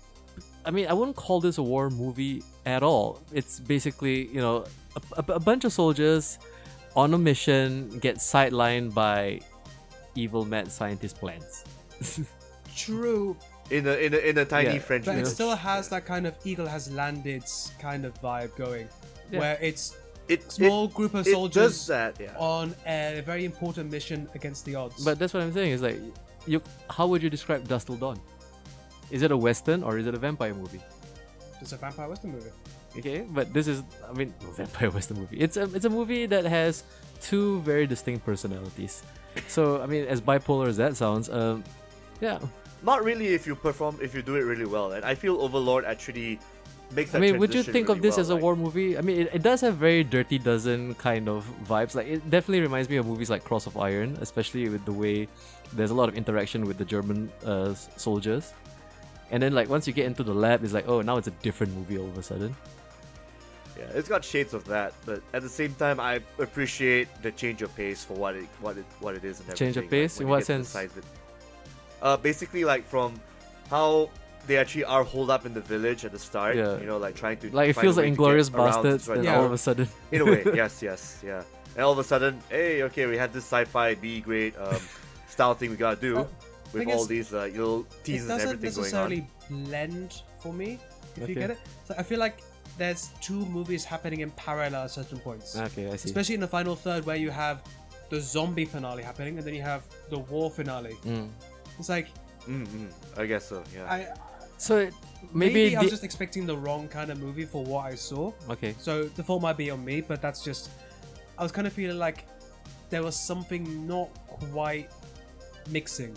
I mean, I wouldn't call this a war movie at all. It's basically, you know, a, a, a bunch of soldiers on a mission get sidelined by evil mad scientist plans.
true,
in a in a, in a tiny
Yeah.
French.
but it
village.
still has that kind of eagle has landed kind of vibe going,
Yeah.
where it's
It- it-
small group of
it
soldiers
does that. Yeah.
on a very important mission against the odds.
But that's what I'm saying. Is like, you, how would you describe Dust Till Dawn? Is it a western or is it a vampire movie?
it's a vampire western movie.
Okay, but this is I mean [laughs] no, vampire western movie. It's a it's a movie that has two very distinct personalities. So I mean, as bipolar as that sounds, um, yeah,
Not really if you perform if you do it really well, and I feel Overlord actually makes.
I
That
mean, would you
transition
think of
really
this
well,
as a
like-
war movie? I mean, it, it does have very Dirty Dozen kind of vibes. Like, it definitely reminds me of movies like Cross of Iron, especially with the way there's a lot of interaction with the German uh, s- soldiers. And then, like, once you get into the lab, it's like, oh, now it's a different movie all of a sudden.
Yeah, it's got shades of that, but at the same time, I appreciate the change of pace for what it what it what it is and everything.
Change of
like,
pace?
when
In
you
what
get to the
sense?
size of it. Uh, basically, like from how they actually are holed up in the village at the start.
Yeah.
You know, like trying to
Like, it
find a
feels like
way to get
Inglorious
around to
Bastards,
try
then
to-
Yeah.
all of a sudden.
in a
[laughs]
way, yes, yes, yeah. And all of a sudden, hey, okay, we have this sci-fi B grade
[laughs]
um, style thing we gotta do
Well,
with
thing
all
is,
these uh, little
it
teases and
doesn't
everything going
necessarily
on.
blend for me if
Okay.
you get it so i feel like there's two movies happening in parallel at certain points
Okay, Ah, I see.
especially in the final third where you have the zombie finale happening and then you have the war finale
Mm.
it's like
Mm-hmm. I guess so. Yeah.
i
So it,
maybe,
maybe,
i was
the-
just expecting the wrong kind of movie for what i saw
okay.
so the fault might be on me but that's just i was kind of feeling like there was something not quite mixing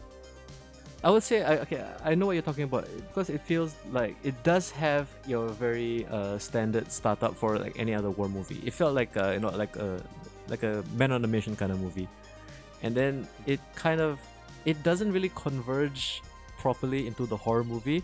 I would say I, okay. I know what you're talking about because it feels like it does have your very uh, standard startup for like any other war movie. It felt like uh, you know like a like a man on a mission kind of movie, and then it kind of it doesn't really converge properly into the horror movie,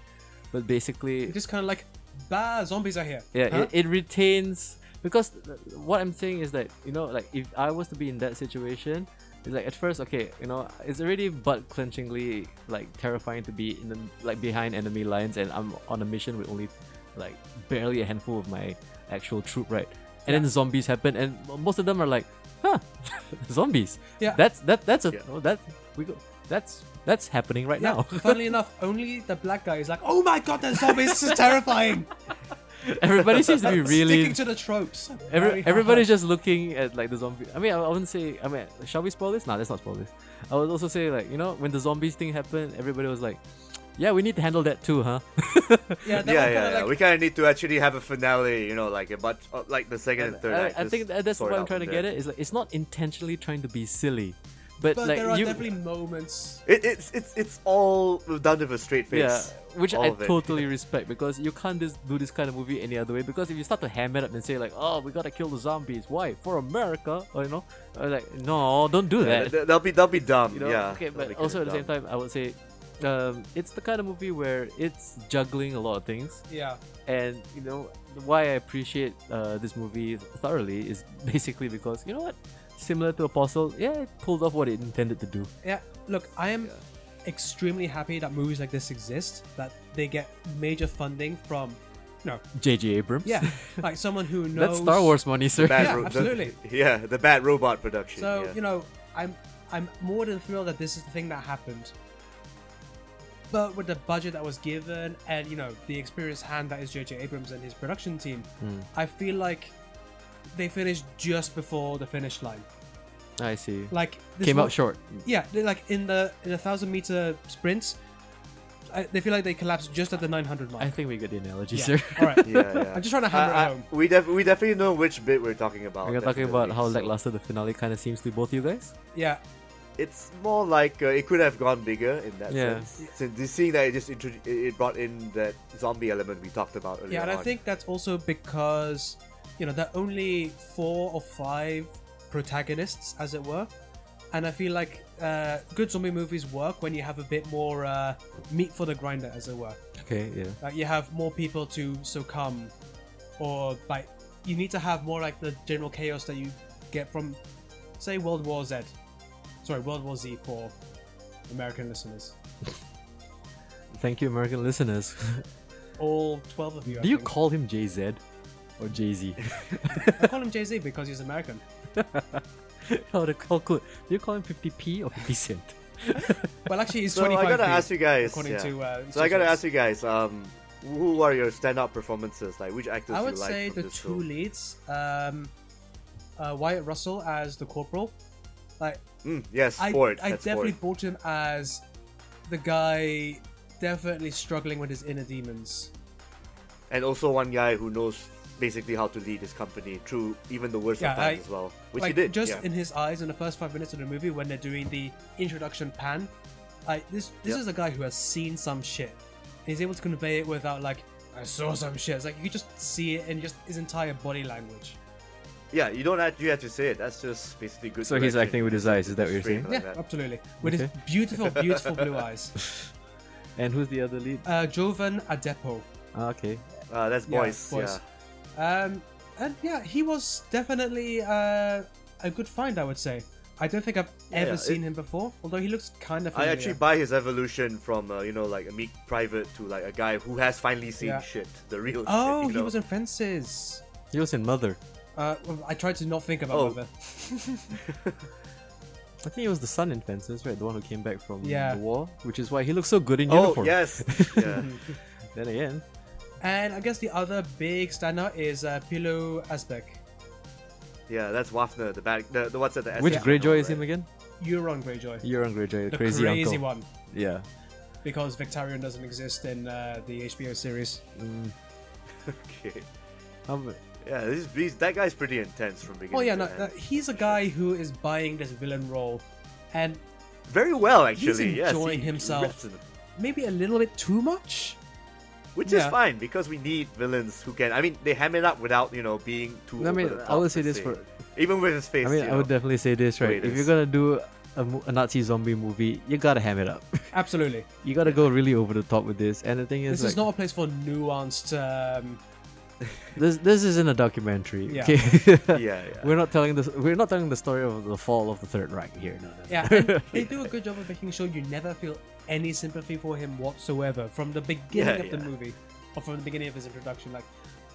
but basically
it's just kind of like bah zombies are here
yeah,
Huh?
it, it retains because th- what I'm saying is that you know, like if I was to be in that situation, it's like at first, okay, you know, it's already butt clenchingly like terrifying to be in the, like behind enemy lines, and I'm on a mission with only like barely a handful of my actual troop, right? And then zombies happen, and m- most of them are like, huh, [laughs] zombies.
Yeah.
that's that that's a
Yeah.
oh, that we go that's that's happening right
Yeah, [laughs]
now.
funnily enough, only the black guy is like, "Oh my god, there's zombies! This is
[laughs]
terrifying."
[laughs] Everybody seems to be really
Sticking to the tropes. Very
Every,
hard.
everybody's just looking at like the zombie. I mean, I, I wouldn't say. I mean, shall we spoil this? Nah, let's not spoil this. I would also say like you know when the zombies thing happened, everybody was like, "Yeah, we need to handle that too, huh?" [laughs]
yeah, that
yeah,
one
yeah,
kinda
yeah.
like-
we kind of need to actually have a finale, you know, like a but uh, like the second and, third
I,
act.
I
just
think that, that's
sort
what
out
I'm trying to
from
get
there.
at. Is like it's not intentionally trying to be silly, But,
But
like
there are
you,
definitely moments.
It, it's it's it's all done with a straight face.
[laughs] yeah, which
All
I
of it.
totally respect because you can't just do this kind of movie any other way. Because if you start to ham it up and say like, "Oh, we gotta kill the zombies," why for America? Or you know, or like no, don't do
Yeah,
that.
th- that'll be that'll be dumb.
you know?
yeah.
okay,
that'll be
but
kinda
also at the same
dumb.
time, I would say, um, it's the kind of movie where it's juggling a lot of things.
Yeah.
and you know why I appreciate uh, this movie thoroughly is basically because you know what, similar to Apostle, yeah, it pulled off what it intended to do.
Yeah. Look, I am extremely happy that movies like this exist, that they get major funding from, you know,
J.J. Abrams.
yeah, like someone who knows.
[laughs] that's Star Wars money, sir.
Bad
Yeah,
ro- the-
absolutely.
[laughs] yeah, the bad robot production.
So
yeah.
you know, I'm I'm more than thrilled that this is the thing that happened. But with the budget that was given, and you know the experienced hand that is J.J. Abrams and his production team,
Hmm.
I feel like they finished just before the finish line.
[laughs] I see.
Like this
Came
wa-
out short.
Yeah, they- like in the in the thousand meter sprints, I, they feel like they collapsed just at the nine hundred mark.
I think we got the analogy,
Yeah.
Oh,
sir.
All right.
yeah, yeah.
[laughs] I'm just trying to hammer
I-
it
I-
home.
We, def- we definitely know which bit we're talking about.
[laughs] We're talking about
definitely,
how
so-
lackluster the finale kind of seems to both you guys.
Yeah,
It's more like uh, it could have gone bigger in that
Yeah.
sense. Since the- seeing that it just introdu- it it brought in that zombie element we talked about earlier.
Yeah, and I
on.
think that's also because you know there are only four or five protagonists, as it were, and I feel like uh, good zombie movies work when you have a bit more uh, meat for the grinder, as it were.
Okay, yeah.
Like you have more people to succumb, or like you need to have more like the general chaos that you get from, say, World War Z, sorry, World War Z for American listeners.
Thank you, American listeners. [laughs]
All twelve of you. I
do you
think.
call him Jay Z or Jay Z?
I call him Jay Z because he's American.
how to how could do you call him 50p or 50 cent?
Well, actually, he's
so.
twenty-five.
I gotta
feet.
ask you guys.
according
yeah.
to uh,
so I gotta
Sisas.
ask you guys. Um, who are your standout performances? Like which actors?
I would
you like
say
from
the
this
two
film?
leads, um, uh, Wyatt Russell as the corporal. Like
Mm, yes,
I,
Ford.
I
that's
definitely
Ford.
bought him as the guy definitely struggling with his inner demons.
and also one guy who knows basically how to lead his company through even the worst
Yeah,
of times
I-
as well, which
like
he did.
just
yeah.
in his eyes in the first five minutes of the movie when they're doing the introduction pan. Like this, this
Yeah.
is a guy who has seen some shit. And he's able to convey it without like I saw some shit. It's like you could just see it in just his entire body language.
yeah, you don't have you have to say it. That's just basically good.
So he's
direction.
acting with his eyes, is that what you're
Straight
saying?
like
yeah,
that.
absolutely. With his
Okay.
[laughs]
beautiful, beautiful blue eyes.
And who's the other lead?
uh, Jovan Adepo.
Ah, okay.
Uh, that's
Yeah,
Boyce. Yeah,
Boyce. Um, and yeah, he was definitely uh, a good find, I would say. I don't think I've ever
yeah,
seen
it-
him before, although he looks kind of
I
familiar.
actually buy his evolution from uh, you know like a meek private to like a guy who has finally seen
Yeah.
shit, the real.
Oh,
shit, you
he
know?
was in Fences.
He was in Mother.
Uh, well, I tried to not think about
Oh.
Mother.
I think it was the son in Fences, right? The one who came back from
Yeah.
the war, which is why he looks so good in
Oh
[laughs]
uniform.
yes, yeah.
Then again,
And I guess the other big standout is uh, Pilo Asbeck.
yeah, that's Wafner, the bad, the, the what's at the
which
SS
Greyjoy
right?
is him again?
Euron Greyjoy.
Euron Greyjoy,
the
the
crazy,
crazy, uncle.
one.
Yeah.
Because Victarion doesn't exist in uh, the HBO series.
Okay.
Um,
[laughs] Yeah, this is, he's- that guy's pretty intense from beginning.
Well, yeah,
to
no,
end.
uh, he's a guy who is buying this villain role, and
very well actually. yes,
enjoying
he
himself.
reps in-
maybe a little bit too much.
which
Yeah.
is fine because we need villains who can. I mean, they ham it up without you know being too.
I mean,
over the
I would
top,
say
let's
this for.
even with his face.
I mean,
you
I would uh,
know.
definitely say this, right?
Wait,
If
it's-
you're gonna do a, mo- a Nazi zombie movie, you gotta ham it up. [laughs]
Absolutely.
you gotta go really over the top with this. And the thing is,
This
like,
is not a place for nuanced. Um,
this this isn't a documentary.
Yeah.
Okay. [laughs]
yeah, yeah.
We're not telling this. We're not telling the story of the fall of the Third Reich here. No, no. no.
yeah, and they do a good job of making sure you never feel any sympathy for him whatsoever from the beginning
Yeah,
of the
yeah.
movie or from the beginning of his introduction. Like,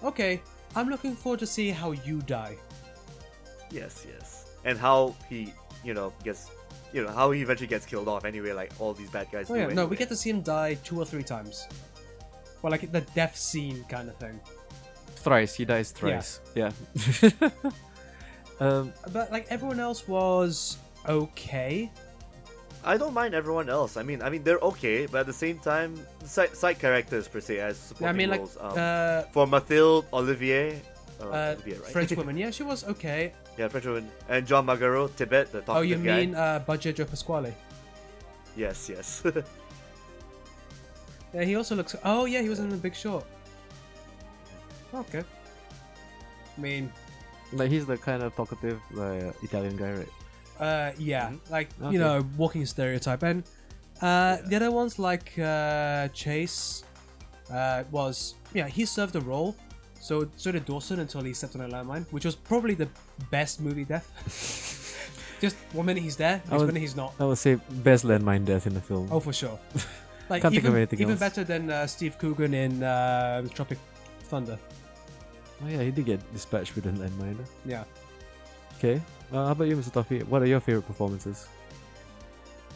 okay, I'm looking forward to see how you die.
Yes, yes. And how he, you know, gets, you know, how he eventually gets killed off anyway, like all these bad guys.
Oh
do
yeah, no, we
anyway.
get to see him die two or three times. Well, like the death scene kind of thing.
Thrice he dies thrice. Yeah. [laughs] um,
But like everyone else was okay.
I don't mind everyone else. I mean, I mean, they're okay, but at the same time, side, side characters per se as
Yeah, I
supporting
mean, like,
roles. um,
uh,
for Mathilde Olivier, Oh,
Uh,
that'd be it, right? [laughs]
French woman, yeah, she was okay.
yeah, French woman. And John Magaro, Tibet, the talkative
oh, you
guy.
mean uh, Budget Joe Pasquale?
Yes, yes. [laughs] Uh,
Yeah, he also looks. Oh, yeah, he was in The Big Short. Okay. I mean,
Like he's the kind of talkative like, Italian guy, right?
uh, yeah, like
Okay.
you know, walking stereotype. And uh, the other ones like uh, Chase uh, was yeah, he served a role. So so did Dawson until he stepped on a landmine, which was probably the best movie death. [laughs] Just one minute he's there, next
was-
minute he's not.
I would say best landmine death in the film.
Oh, for
[laughs]
sure. Like
Can't think
even,
of anything
even
else.
better than uh, Steve Coogan in uh, Tropic Thunder.
Oh, yeah, he did get dispatched with a landmine.
Yeah.
Okay. Uh, how about you, Mr. Toffee? What are your favorite performances?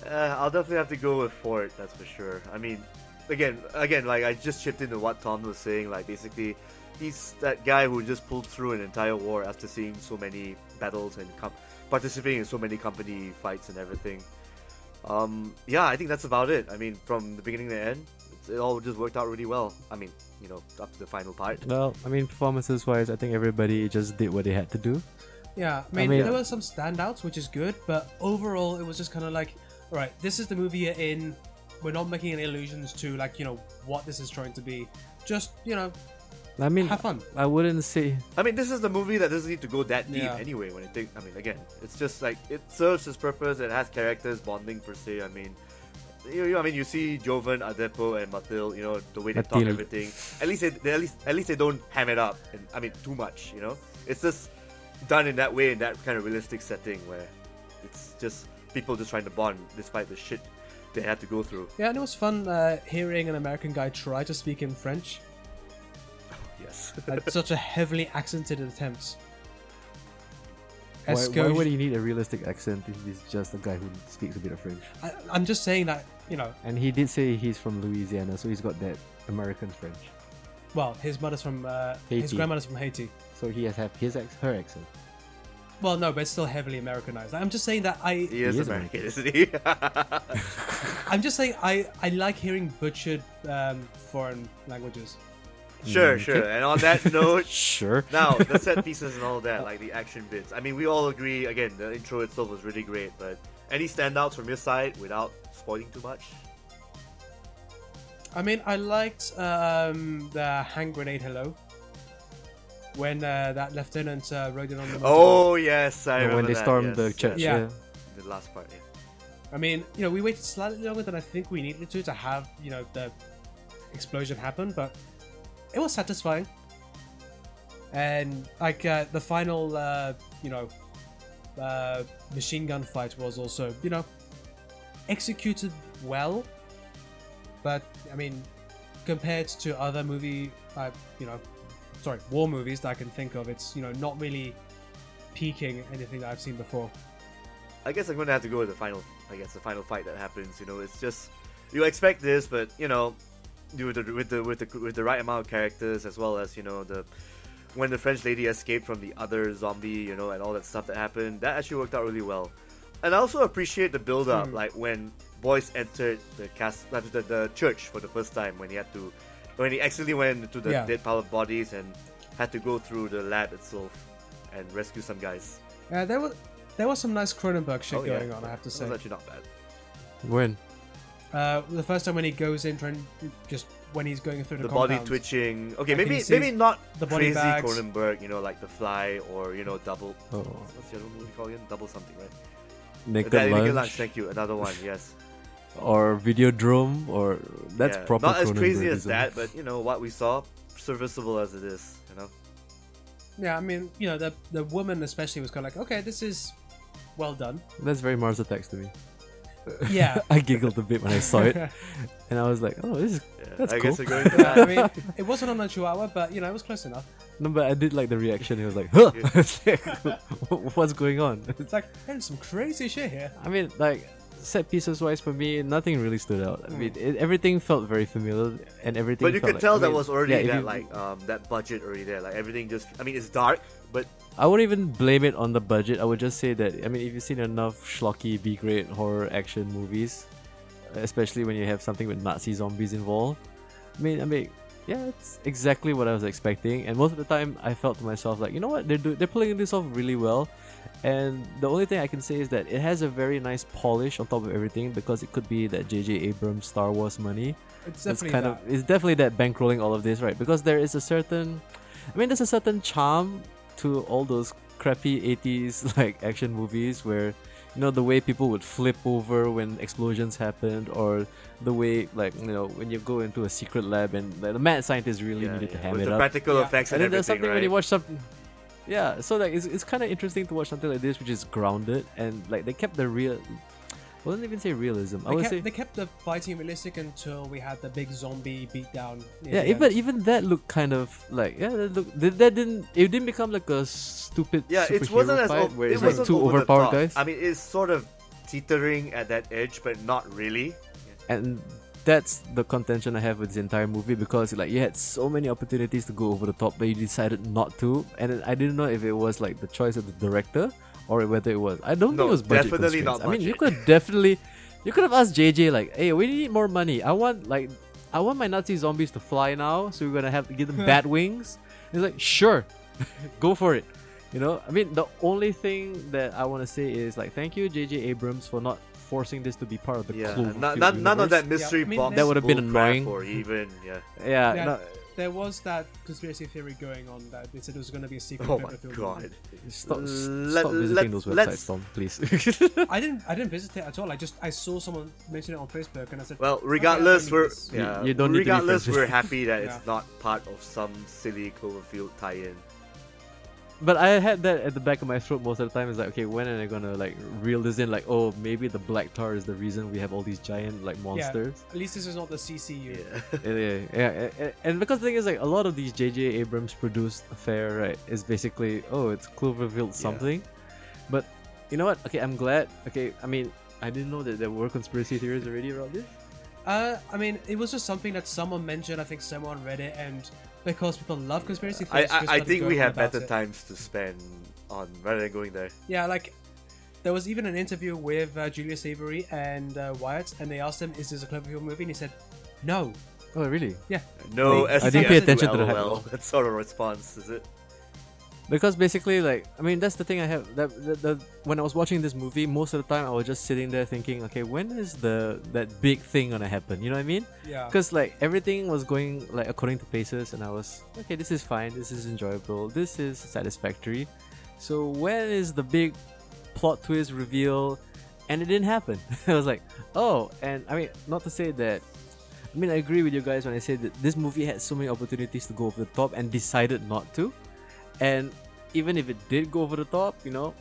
Uh, I'll definitely have to go with Ford, that's for sure. I mean, again, again, like I just chipped into what Tom was saying. Like basically, he's that guy who just pulled through an entire war after seeing so many battles and com- participating in so many company fights and everything. Um, yeah, I think that's about it. I mean, from the beginning to the end, it all just worked out really well. I mean, you know, up to the final part.
Well, I mean, performances-wise, I think everybody just did what they had to do.
Yeah, I mean,
mean-
there were some standouts, which is good, but overall, it was just kind of like, all right, this is the movie you're in. We're not making any allusions to, like, you know, what this is trying to be. Just, you know,
I mean,
have fun.
I wouldn't say
I mean, this is the movie that doesn't need to go that deep
Yeah.
anyway. When it think, I mean, again, it's just like it serves its purpose. It has characters bonding per se. I mean, you, you I mean, you see Jovan, Adepo, and Mathil. You know the way they talk
Mathilde.
everything. At least, they, they- at least, at least they don't ham it up. And I mean, too much. You know, it's just done in that way in that kind of realistic setting where it's just people just trying to bond despite the shit they had to go through.
Yeah, and it was fun uh, hearing an American guy try to speak in French
Yes.
[laughs]
at such a heavily accented attempt.
why,
Esco-
why would he need a realistic accent if he's just a guy who speaks a bit of French.
I, I'm just saying that, you know,
And he did say he's from Louisiana, so he's got that American French.
well, his mother's from, uh, his
Haiti.
grandmother's from Haiti.
So he has have his ex- her accent.
Well, no, but it's still heavily Americanized. I'm just saying that I,
He is,
is
American, isn't he? [laughs]
I'm just saying I, I like hearing butchered um, foreign languages.
sure, sure. And on [laughs] that note,
Sure.
now the set pieces and all that, like the action bits. I mean, we all agree. Again, the intro itself was really great, but any standouts from your side without spoiling too much?
I mean, I liked um, the hand grenade hello when uh, that lieutenant uh, rode in on the.
Oh yes, I
when
remember
they
that,
stormed
yes,
the church.
Yeah.
Yeah.
yes. the last part. Yeah.
motorbike. I mean, you know, we waited slightly longer than I think we needed to to have you know the explosion happen, but it was satisfying. And like uh, the final, uh, you know, uh, machine gun fight was also you know executed well, but I mean, compared to other movie, uh, you know, sorry, war movies that I can think of, it's you know not really peaking anything that I've seen before.
I guess I'm gonna have to go with the final. I guess the final fight that happens. You know, it's just you expect this, but you know, you- with the with the with the with the right amount of characters as well as you know the when the French lady escaped from the other zombie, you know, and all that stuff that happened. That actually worked out really well. And I also appreciate the build
Hmm.
up, like when Boyce entered the cast uh, the, the church for the first time when he had to when he accidentally went into the
Yeah.
dead pile of bodies and had to go through the lab itself and rescue some guys.
Uh, there was there was some nice Cronenberg shit
Oh, yeah.
going on, I have to
That
say.
was actually not bad.
When?
Uh, the first time when he goes in, trying just when he's going through the,
the body
compound.
twitching. Okay,
Like, can you
maybe
see
maybe not
the
the
body
crazy
bags?
Cronenberg, you know, like The Fly or you know Double.
Oh.
What's the other movie called again? Double something, right?
Naked,
That-
lunch,
Naked Lunch. Thank you. Another one. Yes.
or Videodrome or [laughs] that's
Yeah,
proper.
Not as crazy as
Cronenbergism.
that, but you know what we saw, serviceable as it is. You know.
Yeah, I mean, you know, the the woman especially was kind of like, okay, this is well
[laughs]
done.
That's very Mars Attacks to me. [laughs]
Yeah.
I giggled a bit when I saw it, and I was like, "Oh, this is
Yeah,
that's
I
cool."
guess we're
[laughs]
going to
Yeah, I
that.
mean, it wasn't on a Chihuahua, but you know, it was close enough.
No, but I did like the reaction. He was like, "Huh, I was like, [laughs] what's going on?"
It's like there's some crazy shit here.
I mean, like set pieces wise, for me, nothing really stood out. I mean, it, everything felt very familiar, and everything.
But you
felt
could
like-
tell
I
that
mean,
was already
yeah, if
that
you-
like um that budget already there. Like everything just. I mean, it's dark, but
I wouldn't even blame it on the budget. I would just say that I mean, if you've seen enough schlocky B grade horror action movies, especially when you have something with Nazi zombies involved, I mean, I mean, yeah, it's exactly what I was expecting. And most of the time, I felt to myself like, you know what, they're do- they're pulling this off really well. And the only thing I can say is that it has a very nice polish on top of everything because it could be that J.J. Abrams Star Wars money.
It's
It's
definitely
kind
that.
of it's definitely that bankrolling all of this, right? Because there is a certain, I mean, there's a certain charm to all those crappy '80s [laughs] like action movies where. You know the way people would flip over when explosions happened, or the way like you know when you go into a secret lab and like, the mad scientist really needed to ham
With
it
the
up.
practical
Yeah.
effects
And
and,
then there's
everything,
something when
right?
you watch something. Yeah, so like it's, it's kind of interesting to watch something like this, which is grounded and like they kept the real. I wouldn't even say realism. I
They
would
kept,
say
they kept the fighting realistic until we had the big zombie beatdown. in
yeah,
the
even
end.
even that looked kind of like yeah, that looked that, that didn't it didn't become like a stupid
yeah, it
superhero
wasn't as
fight
ov-
where
it
it's
wasn't
like two
over the
overpowered
top.
guys
I mean, it's sort of teetering at that edge, but not really.
and. That's the contention I have with this entire movie because like you had so many opportunities to go over the top, but you decided not to. And then I didn't know if it was like the choice of the director or whether it was. I don't
No,
think it was budget
definitely not
constraints. I mean, you
budget.
could [laughs] definitely, you could have asked JJ like, "Hey, we need more money. I want like, I want my Nazi zombies to fly now, so we're gonna have to give them bat wings." He's like, "Sure, [laughs] go for it." You know, I mean, the only thing that I want to say is like, thank you, JJ Abrams, for not forcing this to be part of the
Yeah,
Cloverfield
none, none, none of
universe.
that mystery
I mean,
box.
That
would've been
bull crap
annoying.
Or even
[laughs]
yeah.
Yeah,
Yeah,
no,
there was that conspiracy theory going on that they said it was going to be a secret.
Oh my
Cloverfield
god.
movie.
stop,
Let-
stop visiting
let's-
those
let's-
websites, Tom, please. [laughs]
[laughs]
I didn't. I didn't visit it at all. I just I saw someone mention it on Facebook, and I said,
Well,
"Okay, I
regardless,
think
we're
it's-
You-
yeah,
you don't need to be
regardless,
friends
we're
with-
happy that
Yeah.
it's not part of some silly Cloverfield tie-in.
But I had that at the back of my throat most of the time. It's like, okay, when are they gonna like reel this in? Like, oh, maybe the black tar is the reason we have all these giant like monsters.
At least this is not the CCU.
[laughs] Yeah.
yeah, yeah, yeah. And- And because the thing is, like, a lot of these J.J. Abrams produced affair, right, is basically, oh, it's Cloverfield something. But you know what? Okay, I'm glad. Okay, I mean, I didn't know that there were conspiracy theories already around this.
Uh, I mean, it was just something that someone mentioned. I think someone on Reddit, and because people love conspiracy
I,
theories,
I,
just
I
started
think we
going on
have
about
better
it.
times to spend on rather than going there.
Yeah, like there was even an interview with uh, Julius Avery and uh, Wyatt, and they asked him, "Is this a Cloverfield movie?" And he said, "No."
Oh, really?
Yeah,
No,
I
SDF
didn't pay attention to
[laughs]
the hype at
LOL.
all.
That sort of response is it?
because basically like i mean that's the thing i have that the, the when i was watching this movie most of the time i was just sitting there thinking okay when is the that big thing gonna happen you know what i mean
yeah.
because like everything was going like according to paces and i was okay this is fine this is enjoyable this is satisfactory so when is the big plot twist reveal and it didn't happen [laughs] i was like oh and i mean not to say that i mean i agree with you guys when i say that this movie had so many opportunities to go over the top and decided not to and even if it did go over the top you know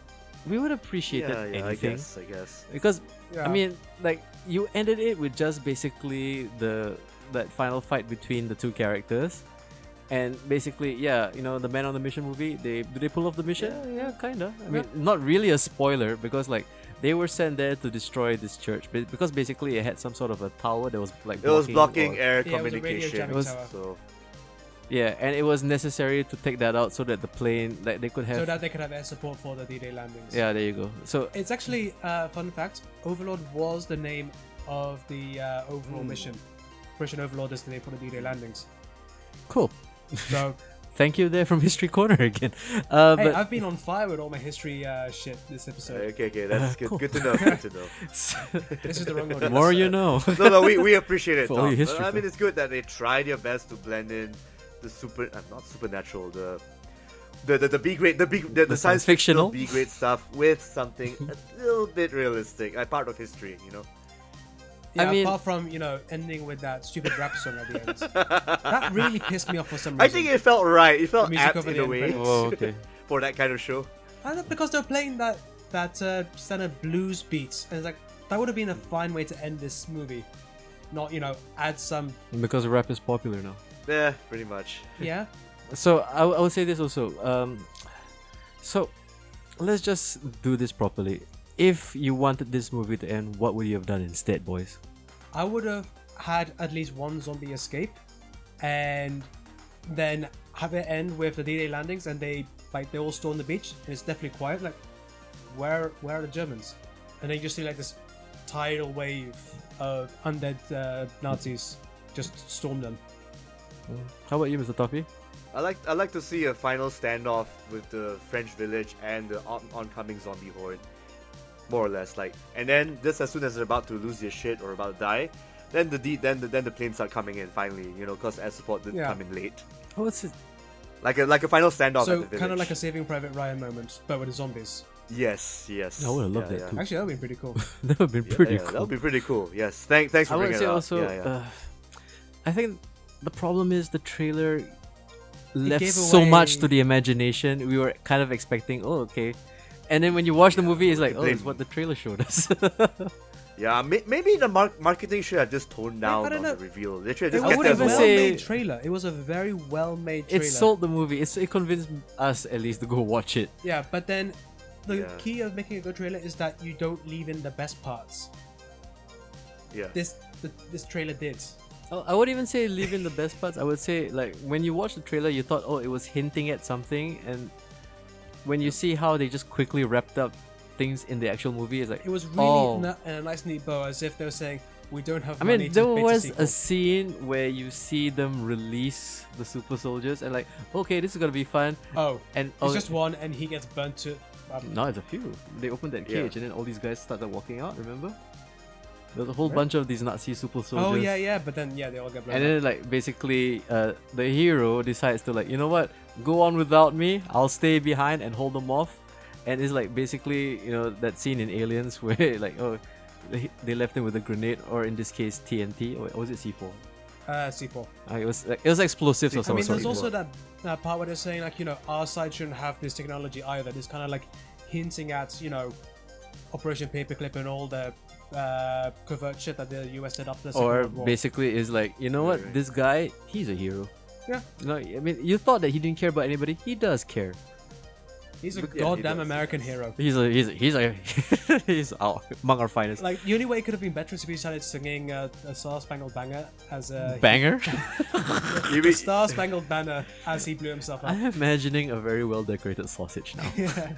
we would appreciate
Yeah,
that
yeah, I
anything
guess, I guess.
because
Yeah.
I mean, like you ended it with just basically the that final fight between the two characters, and basically, yeah, you know, the Man on the Mission movie. They do they pull off the mission? Yeah, kinda. I mean, not really a spoiler because like they were sent there to destroy this church be- because basically it had some sort of a tower that was like
It was blocking
or-
air
Yeah, it was a radio
communication.
jamming
It was-
tower.
so
yeah, and it was necessary to take that out so that the plane like they could have
so that they could have air support for the D-Day landings.
yeah there you go. So
It's actually uh, fun fact. Overlord was the name of the uh, overall
Hmm.
mission. Operation Overlord is the name for the D-Day
[laughs]
landings.
cool.
So
Thank you there from [laughs] History Corner again. Uh,
hey,
but
I've been on fire with all my history uh, shit this episode.
okay, okay, that's good.
cool.
Good to know. Good
[laughs]
to know.
This is the wrong
the
one.
[laughs] more you
[laughs]
know.
no, no, we, we appreciate it.
For all
Tom.
your history
I mean,
fans.
it's good that they tried their best to blend in the super, uh, not supernatural, the the the, the B grade, the B, the, the,
The
science
science
fictional
fictional.
B grade stuff with something
[laughs]
a little bit realistic, a part of history, you know.
Yeah,
I mean-
apart from you know ending with that stupid rap song at the end, that really pissed me off
[laughs]
for some reason.
I think it felt right. It felt
music
apt
over
in
the
a
end
way
credits.
Whoa, Oh, okay.
[laughs] for that kind of show.
And that- because they're playing that that uh, standard blues beat, and it's like that would have been a fine way to end this movie, not you know add
[laughs]
some
Because rap is popular now.
Yeah, pretty much.
yeah.
So I, w- I would say this also. Um, so let's just do this properly. If you wanted this movie to end, what would you have done instead, boys?
I would have had at least one zombie escape, and then have it end with the D-Day landings, and they like they all storm the beach, and it's definitely quiet. Like, where where are the Germans? And then you just see like this tidal wave of undead uh, Nazis just storm them.
How about you, Mr. Toffee?
I like I like to see a final standoff with the French village and the on- oncoming zombie horde, more or less. Like, and then just as soon as they're about to lose their shit or about to die, then the de- then the then the planes start coming in finally. You know, because air support didn't
Yeah.
come in late.
Oh, it's a,
Like a Oh, like a final standoff.
so
at the
kind of like
village.
a Saving Private Ryan moment, but with zombies.
yes, yes.
I would've loved
yeah,
that
yeah.
too.
Actually, that would be pretty cool.
[laughs] that would have been
Yeah,
pretty
yeah,
cool.
That would be pretty cool. Yes. Thank, thanks for
I would
bringing
say
it up.
also,
yeah, yeah.
Uh, I think the problem is the trailer left
gave
so much
away-
to the imagination. We were kind of expecting, oh, okay. And then when you watch the movie, it's like, oh, it's
blame-
what the trailer showed us. [laughs]
yeah. May- maybe the mar- marketing should have just toned down
I
on
don't
the
know.
reveal. They should
It was a
have just
would
kept
even
that
say-
one.
well-made trailer. It was a very well-made
it
trailer.
sold the movie. It's, it convinced us, at least, to go watch it.
Yeah, but then the
Yeah.
key of making a good trailer is that you don't leave in the best parts.
Yeah.
This the, this trailer did.
Oh, I would even say leave in the best parts. I would say like when you watch the trailer, you thought, oh, it was hinting at something, and when you see how they just quickly wrapped up things in the actual movie, it's like
It was really
oh.
na- in a nice neat bow, as if they were saying we don't have.
I
money
mean,
to
there
make
was
sequel."
a scene where you see them release the super soldiers, and like, okay, this is gonna be fun.
oh,
And
it's
oh,
just one, and he gets burnt to. Um,
no, it's a few. They opened that
Yeah.
cage, and then all these guys started walking out. Remember? There was a whole bunch of these Nazi super soldiers.
oh yeah, yeah, but then yeah, they all get blown.
And
up.
then like basically uh, the hero decides to like you know what go on without me I'll stay behind and hold them off and it's like basically you know that scene in Aliens [laughs] where like oh they, they left him with a grenade or in this case TNT or was it C4
uh, C four.
uh, it was like, it was explosives or
I mean,
something
there's also that, that part where they're saying like you know our side shouldn't have this technology either. It's kind of like hinting at you know Operation Paperclip and all the uh, covert shit that the US did after the Second
or
World War.
basically is like you know what
Right, right.
this guy he's a hero
Yeah.
you know I mean you thought that he didn't care about anybody he does care
He's a
But yeah, he
goddamn
does, he
American
does.
hero.
he's a he's a, he's a [laughs] he's our, among our finest
Like the only way it could have been better is if he started singing uh, a Star Spangled Banger as a
banger. [laughs]
You
[laughs]
mean-
Star Spangled Banner as he blew himself
[laughs]
up. [laughs]
I'm imagining a very well decorated sausage now. [laughs]
Yeah.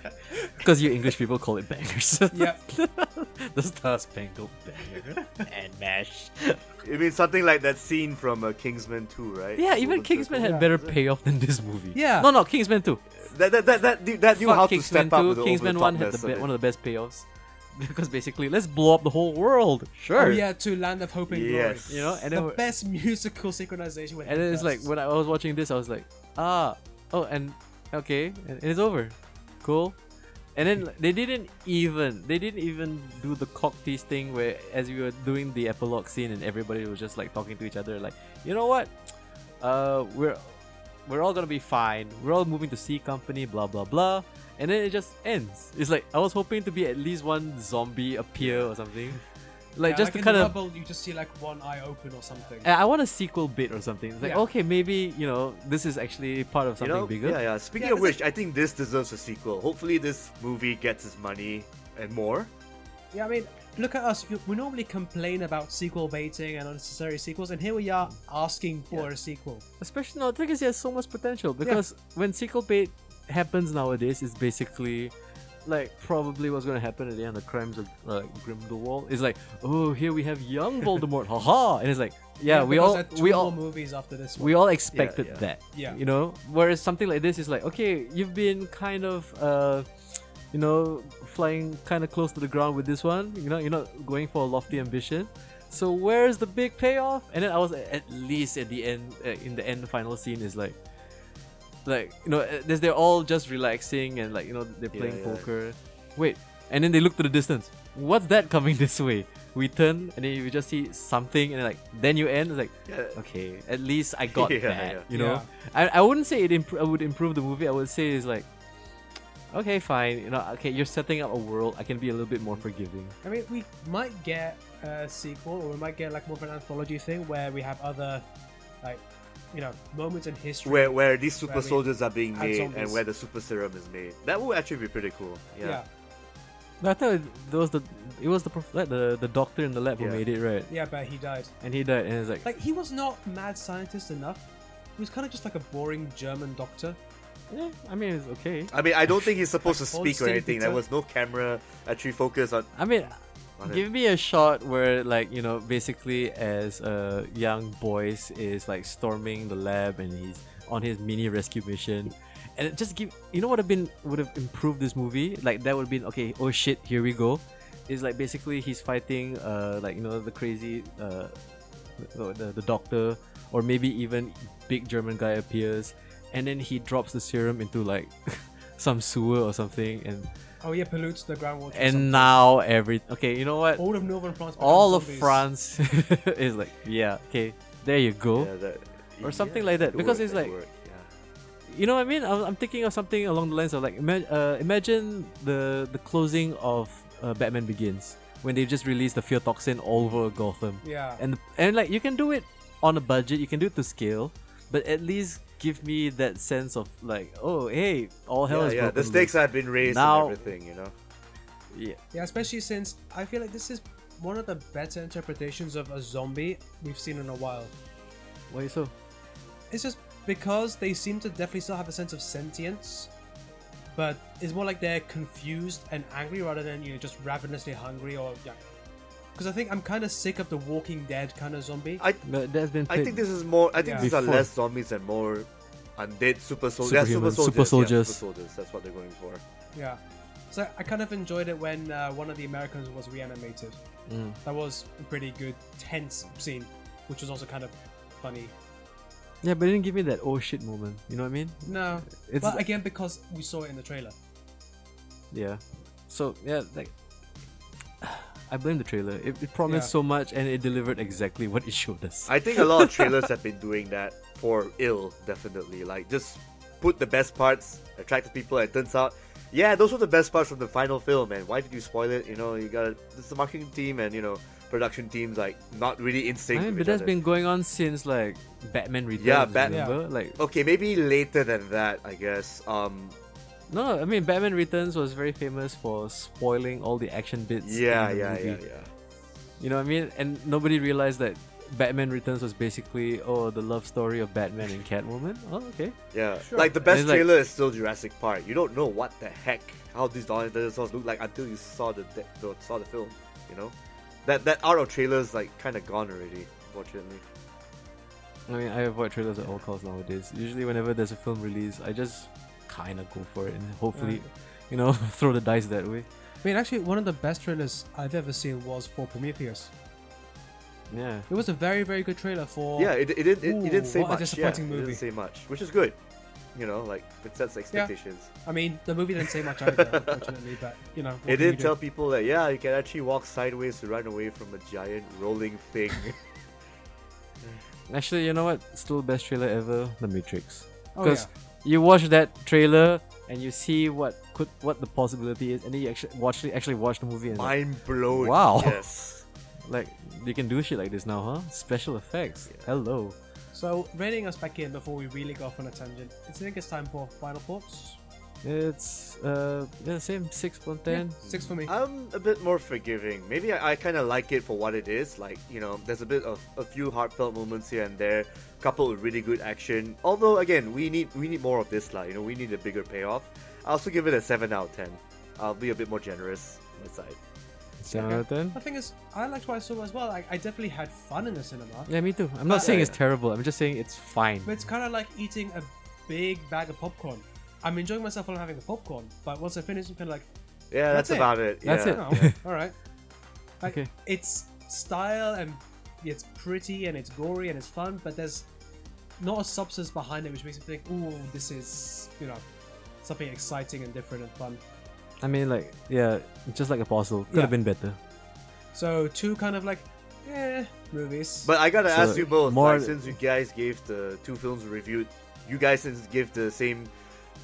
Because you English people call it bangers. [laughs]
Yep.
the Star Spangled Banner. and mash.
You mean something like that scene from uh, Kingsman 2, right?
Yeah, even
Golden
Kingsman
Circle.
had better payoff than this movie.
Yeah.
No, no, Kingsman 2.
That that that that, knew- that knew
Fuck
how
Kingsman
to step
2.
up with the
Kingsman 1 had the be- one of the best payoffs. [laughs] Because basically, let's blow up the whole world. Sure.
Oh yeah, to Land of Hope and
Yes.
You know,
Glory.
and then,
The best musical synchronization with
and then it's like
Hillcrest.
when I was watching this, I was like, ah, oh, and okay, and it's over, cool. And then like, they didn't even they didn't even do the cock tease thing where as we were doing the epilogue scene and everybody was just like talking to each other like, you know what, uh, we're we're all gonna be fine. We're all moving to C company, blah blah blah. And then it just ends. It's like I was hoping to be at least one zombie appear or
[laughs]
something, like
Yeah,
just
in
to kind
the
of Eh.
rubble, you just see like one eye open or something.
I I want a sequel bit or something. It's like,
Yeah.
okay, maybe you know this is actually part of
You
something
know,
bigger.
yeah, yeah. Speaking
Yeah,
of
'cause
which, I think this deserves a sequel. Hopefully, this movie gets its money and more.
Yeah, I mean, look at us. We normally complain about sequel baiting and unnecessary sequels, and here we are asking for a sequel.
Especially now, because it has so much potential. Because when sequel bait happens nowadays, it's basically like probably what's going to happen at the end of Crimes of uh, Grindelwald. It's like, oh, here we have young Voldemort, haha, and it's like, yeah, we
because
all
there are two
we
more
all
movies after this one.
we all expected
yeah.
that.
Yeah.
You know? Whereas something like this is like, okay, you've been kind of uh you know, flying kinda close to the ground with this one. You know, you're not going for a lofty ambition. So where's the big payoff? And then I was at least at the end, uh, in the end final scene is like, like you know, uh, there's they're all just relaxing and like you know they're
Yeah,
playing
yeah.
poker. Wait, and then they look to the distance. What's that coming [laughs] this way? We turn and then you just see something and then, like then you end it's like
Yeah.
okay, at least
[laughs]
I got
Yeah,
that.
yeah.
You know,
Yeah.
I, I wouldn't say it imp- I would improve the movie. I would say it's like, okay, fine. You know, okay, you're setting up a world. I can be a little bit more forgiving.
I mean, we might get a sequel, or we might get like more of an anthology thing where we have other, like, you know, moments in history.
Where where these super
Where we
soldiers are being
add
made and
zombies.
where the super serum is made. That would actually be pretty cool.
yeah.
Yeah.
yeah,
No, I thought it was the it was the prof- like the the doctor in the lab who
Yeah.
made it right,
but he died.
and he died, and it's like,
Like, he was not mad scientist enough. He was kind of just like a boring German doctor.
eh, I mean, it's okay.
I mean, I don't think he's supposed to
Like
speak or
Holstein
anything. There
Peter.
was no camera actually focused on.
I mean,
What a-
Give me a shot where, like, you know, basically as a young boys is like storming the lab and he's on his mini rescue mission, and it just give you know what have been would have improved this movie like that would have been okay. Oh shit, here we go. Is like basically he's fighting, uh, like you know the crazy, uh, the, the, the doctor, or maybe even big German guy appears, and then he drops the serum into like [laughs] some sewer or something, and
Oh yeah, pollutes the groundwater.
and now every okay, you know what?
all of northern France. becomes
all of
zombies.
France [laughs] is like, yeah, okay, there you go.
yeah, that-
or something
yeah,
like that,
that
because
worked,
it's
that
like-
worked, yeah.
You know what I mean? I'm, I'm thinking of something along the lines of like, ima- uh, imagine the the closing of uh, Batman Begins when they just released the fear toxin all over Gotham,
Yeah.
and and like you can do it on a budget, you can do it to scale, but at least give me that sense of like, oh hey, all hell
yeah,
is
yeah,
broken
the stakes
loose.
have been raised
Now-
and everything, you know.
yeah.
Yeah, especially since I feel like this is one of the better interpretations of a zombie we've seen in a while.
Why so?
It's just because they seem to definitely still have a sense of sentience, but it's more like they're confused and angry rather than you know just ravenously hungry or yeah. Because I think I'm kind of sick of the Walking Dead kind of zombie.
I
No, that's been.
I
played-
think this is more. I think
Yeah.
these are
Before.
less zombies and more undead super soldiers. Yeah, super
Superhumans,
soldiers.
super
Yeah,
soldiers.
super soldiers. That's what they're going for.
yeah. So I kind of enjoyed it when uh, one of the Americans was reanimated.
Mm.
That was a pretty good tense scene, which was also kind of funny.
Yeah, but it didn't give me that oh shit moment. You know what I mean?
No,
It's
but again because we saw it in the trailer.
Yeah. So yeah, like [sighs] I blame the trailer. It, it promised
Yeah.
so much and it delivered exactly what it showed us.
I think a lot of trailers have been doing that for ill, definitely. Like just put the best parts, attract the people, and it turns out, yeah, those were the best parts from the final film. And why did you spoil it? You know, you got this is the marketing team and you know production teams like not really in
I
sync.
mean,
with
but
each
that's
other.
been going on since like Batman Returns.
Yeah, Bat-
Yeah.
remember? Like
okay. Maybe later than that, I guess. Um,
no, I mean Batman Returns was very famous for spoiling all the action bits.
yeah,
in the
yeah,
movie.
yeah, yeah.
You know what I mean? And nobody realized that Batman Returns was basically oh the love story of Batman and Catwoman. Oh okay.
Yeah,
Sure.
like the
And
best
it's like-
trailer is still Jurassic Park. You don't know what the heck how these dinosaurs look like until you saw the, the, the saw the film. You know, that that art of trailers like kind of gone already. Unfortunately,
I mean I avoid trailers at all costs nowadays. Usually whenever there's a film release, I just kind of go for it and hopefully, you know, [laughs] throw the dice that way.
I mean, actually, one of the best trailers I've ever seen was for Prometheus.
Yeah.
It was a very, very good trailer for.
yeah, it, it didn't it,
Oh. Ooh,
it didn't say
what a
much.
disappointing
yeah,
movie.
It didn't say much, which is good. You know, like it sets expectations.
I mean, the movie didn't say much either, unfortunately, but you know. what
it
can you
didn't
do?
tell people that yeah, you can actually walk sideways to run away from a giant rolling
[laughs]
thing.
Actually, you know what? Still best trailer ever, The Matrix.
Oh,
Because you watch that trailer and you see what could what the possibility is, and then you actually watch actually watch the movie and like,
Mind blown.
Wow.
Yes.
like you can do shit like this now, huh? Special effects. Hello.
So, reining us back in before we really go off on a tangent, I think it's time for final thoughts.
It's uh yeah, same six one
Yeah,
ten.
six for me.
I'm a bit more forgiving. Maybe I, I kind of like it for what it is. Like, you know, there's a bit of a few heartfelt moments here and there, coupled with really good action. Although, again, we need we need more of this, lah. You know, we need a bigger payoff. I also give it a seven out of ten. I'll be a bit more generous on my side.
Seven out of ten.
The thing is, I liked what I saw as well. I, I definitely had fun in the cinema,
Yeah, me too. I'm not
Uh,
saying it's
yeah.
terrible. I'm just saying it's fine.
but it's kind of like eating a big bag of popcorn. I'm enjoying myself while I'm having a popcorn, but once I finish, I'm kind of like,
Yeah,
That's
that's,
it.
about it.
That's
yeah.
it.
oh,
[laughs]
all right. Like,
Okay.
It's style and it's pretty and it's gory and it's fun, but there's not a substance behind it which makes me think, "Ooh, this is you know something exciting and different and fun."
I mean, like yeah, just like Apostle, could
Yeah.
have been better.
So two kind of like eh movies.
But I gotta
So,
ask you both,
more-
like, since you guys gave the two films reviewed, you guys since give the same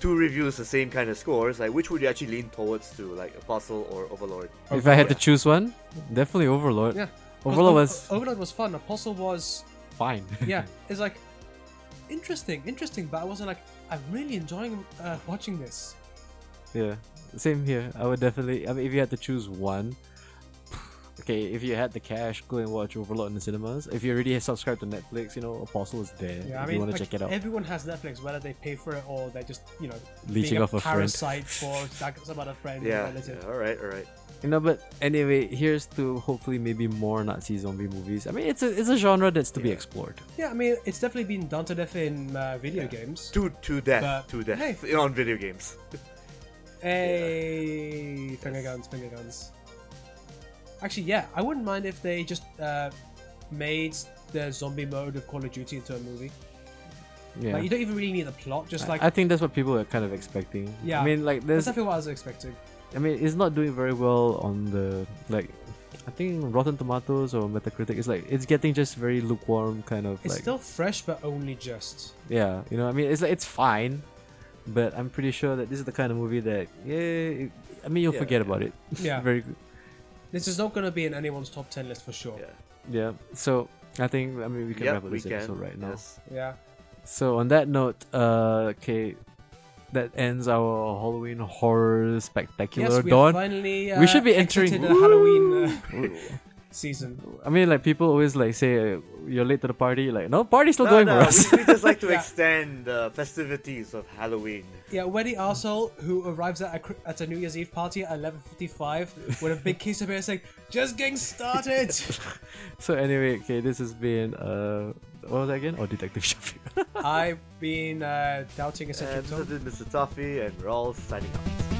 two reviews the same kind of scores. Like, which would you actually lean towards to, like Apostle or Overlord?
If I had to choose one, definitely Overlord.
yeah,
Overlord
O-
was
O- Overlord was fun. Apostle
[laughs]
was
fine.
[laughs] yeah, it's like interesting, interesting, but I wasn't like I'm really enjoying uh, watching this.
[laughs] Yeah, same here. I would definitely. I mean, if you had to choose one, [sighs] okay, if you had the cash, go and watch Overlord in the cinemas. If you already subscribed to Netflix, you know Apostle is there.
Yeah,
if
I mean,
you want to
like,
check it out.
everyone has Netflix, whether they pay for it or they're just, you know,
Leeching
being
off a friend. [laughs]
parasite for like, some other friend or
Yeah.
relative.
yeah all right. All right.
You know, but anyway, here's to hopefully maybe more Nazi zombie movies. I mean, it's a it's a genre that's to be explored.
Yeah, I mean, it's definitely been done to death in uh, video games.
To to death,
But-
to death
hey.
[laughs] on video games.
Hey, finger guns, finger guns. Actually, yeah, I wouldn't mind if they just uh, made the zombie mode of Call of Duty into a movie.
Yeah,
Like, you don't even really need a plot, just like
I think that's what people are kind of expecting.
Yeah.
I mean, like
that's
there's.
definitely what I was expecting.
I mean, it's not doing very well on the like. I think Rotten Tomatoes or Metacritic is like it's getting just very lukewarm kind of
It's
like
still fresh, but only
[laughs]
just.
yeah you know what I mean it's like it's fine, but I'm pretty sure that this is the kind of movie that yeah it- I mean you'll
Yeah,
forget
yeah.
about it
Yeah.
very good.
This is not going to be in anyone's top 10 list for sure.
Yeah.
yeah so I think I mean we can
Yep,
wrap up
we
this episode right now
Yes.
Yeah.
So on that note, uh, okay, that ends our Halloween horror spectacular.
Yes, we have
Dawn.
finally. Uh,
We should be entering-
exited the Halloween uh, season.
I mean, like people always like say uh, you're late to the party. Like, no, party's still
No,
going
no, [laughs]
for us.
we, we just like to
[laughs] Yeah.
extend the festivities of Halloween.
Yeah, Weddy arsehole who arrives at a, cr- at a New Year's Eve party at 11.55 with a big case of beer saying, just getting
[laughs]
started!
so anyway, okay, this has been uh, what was that again? Oh, Detective Shafi.
I've been uh, doubting eccentric
And
Tom.
this is Mr. Toffee and Rawl signing out.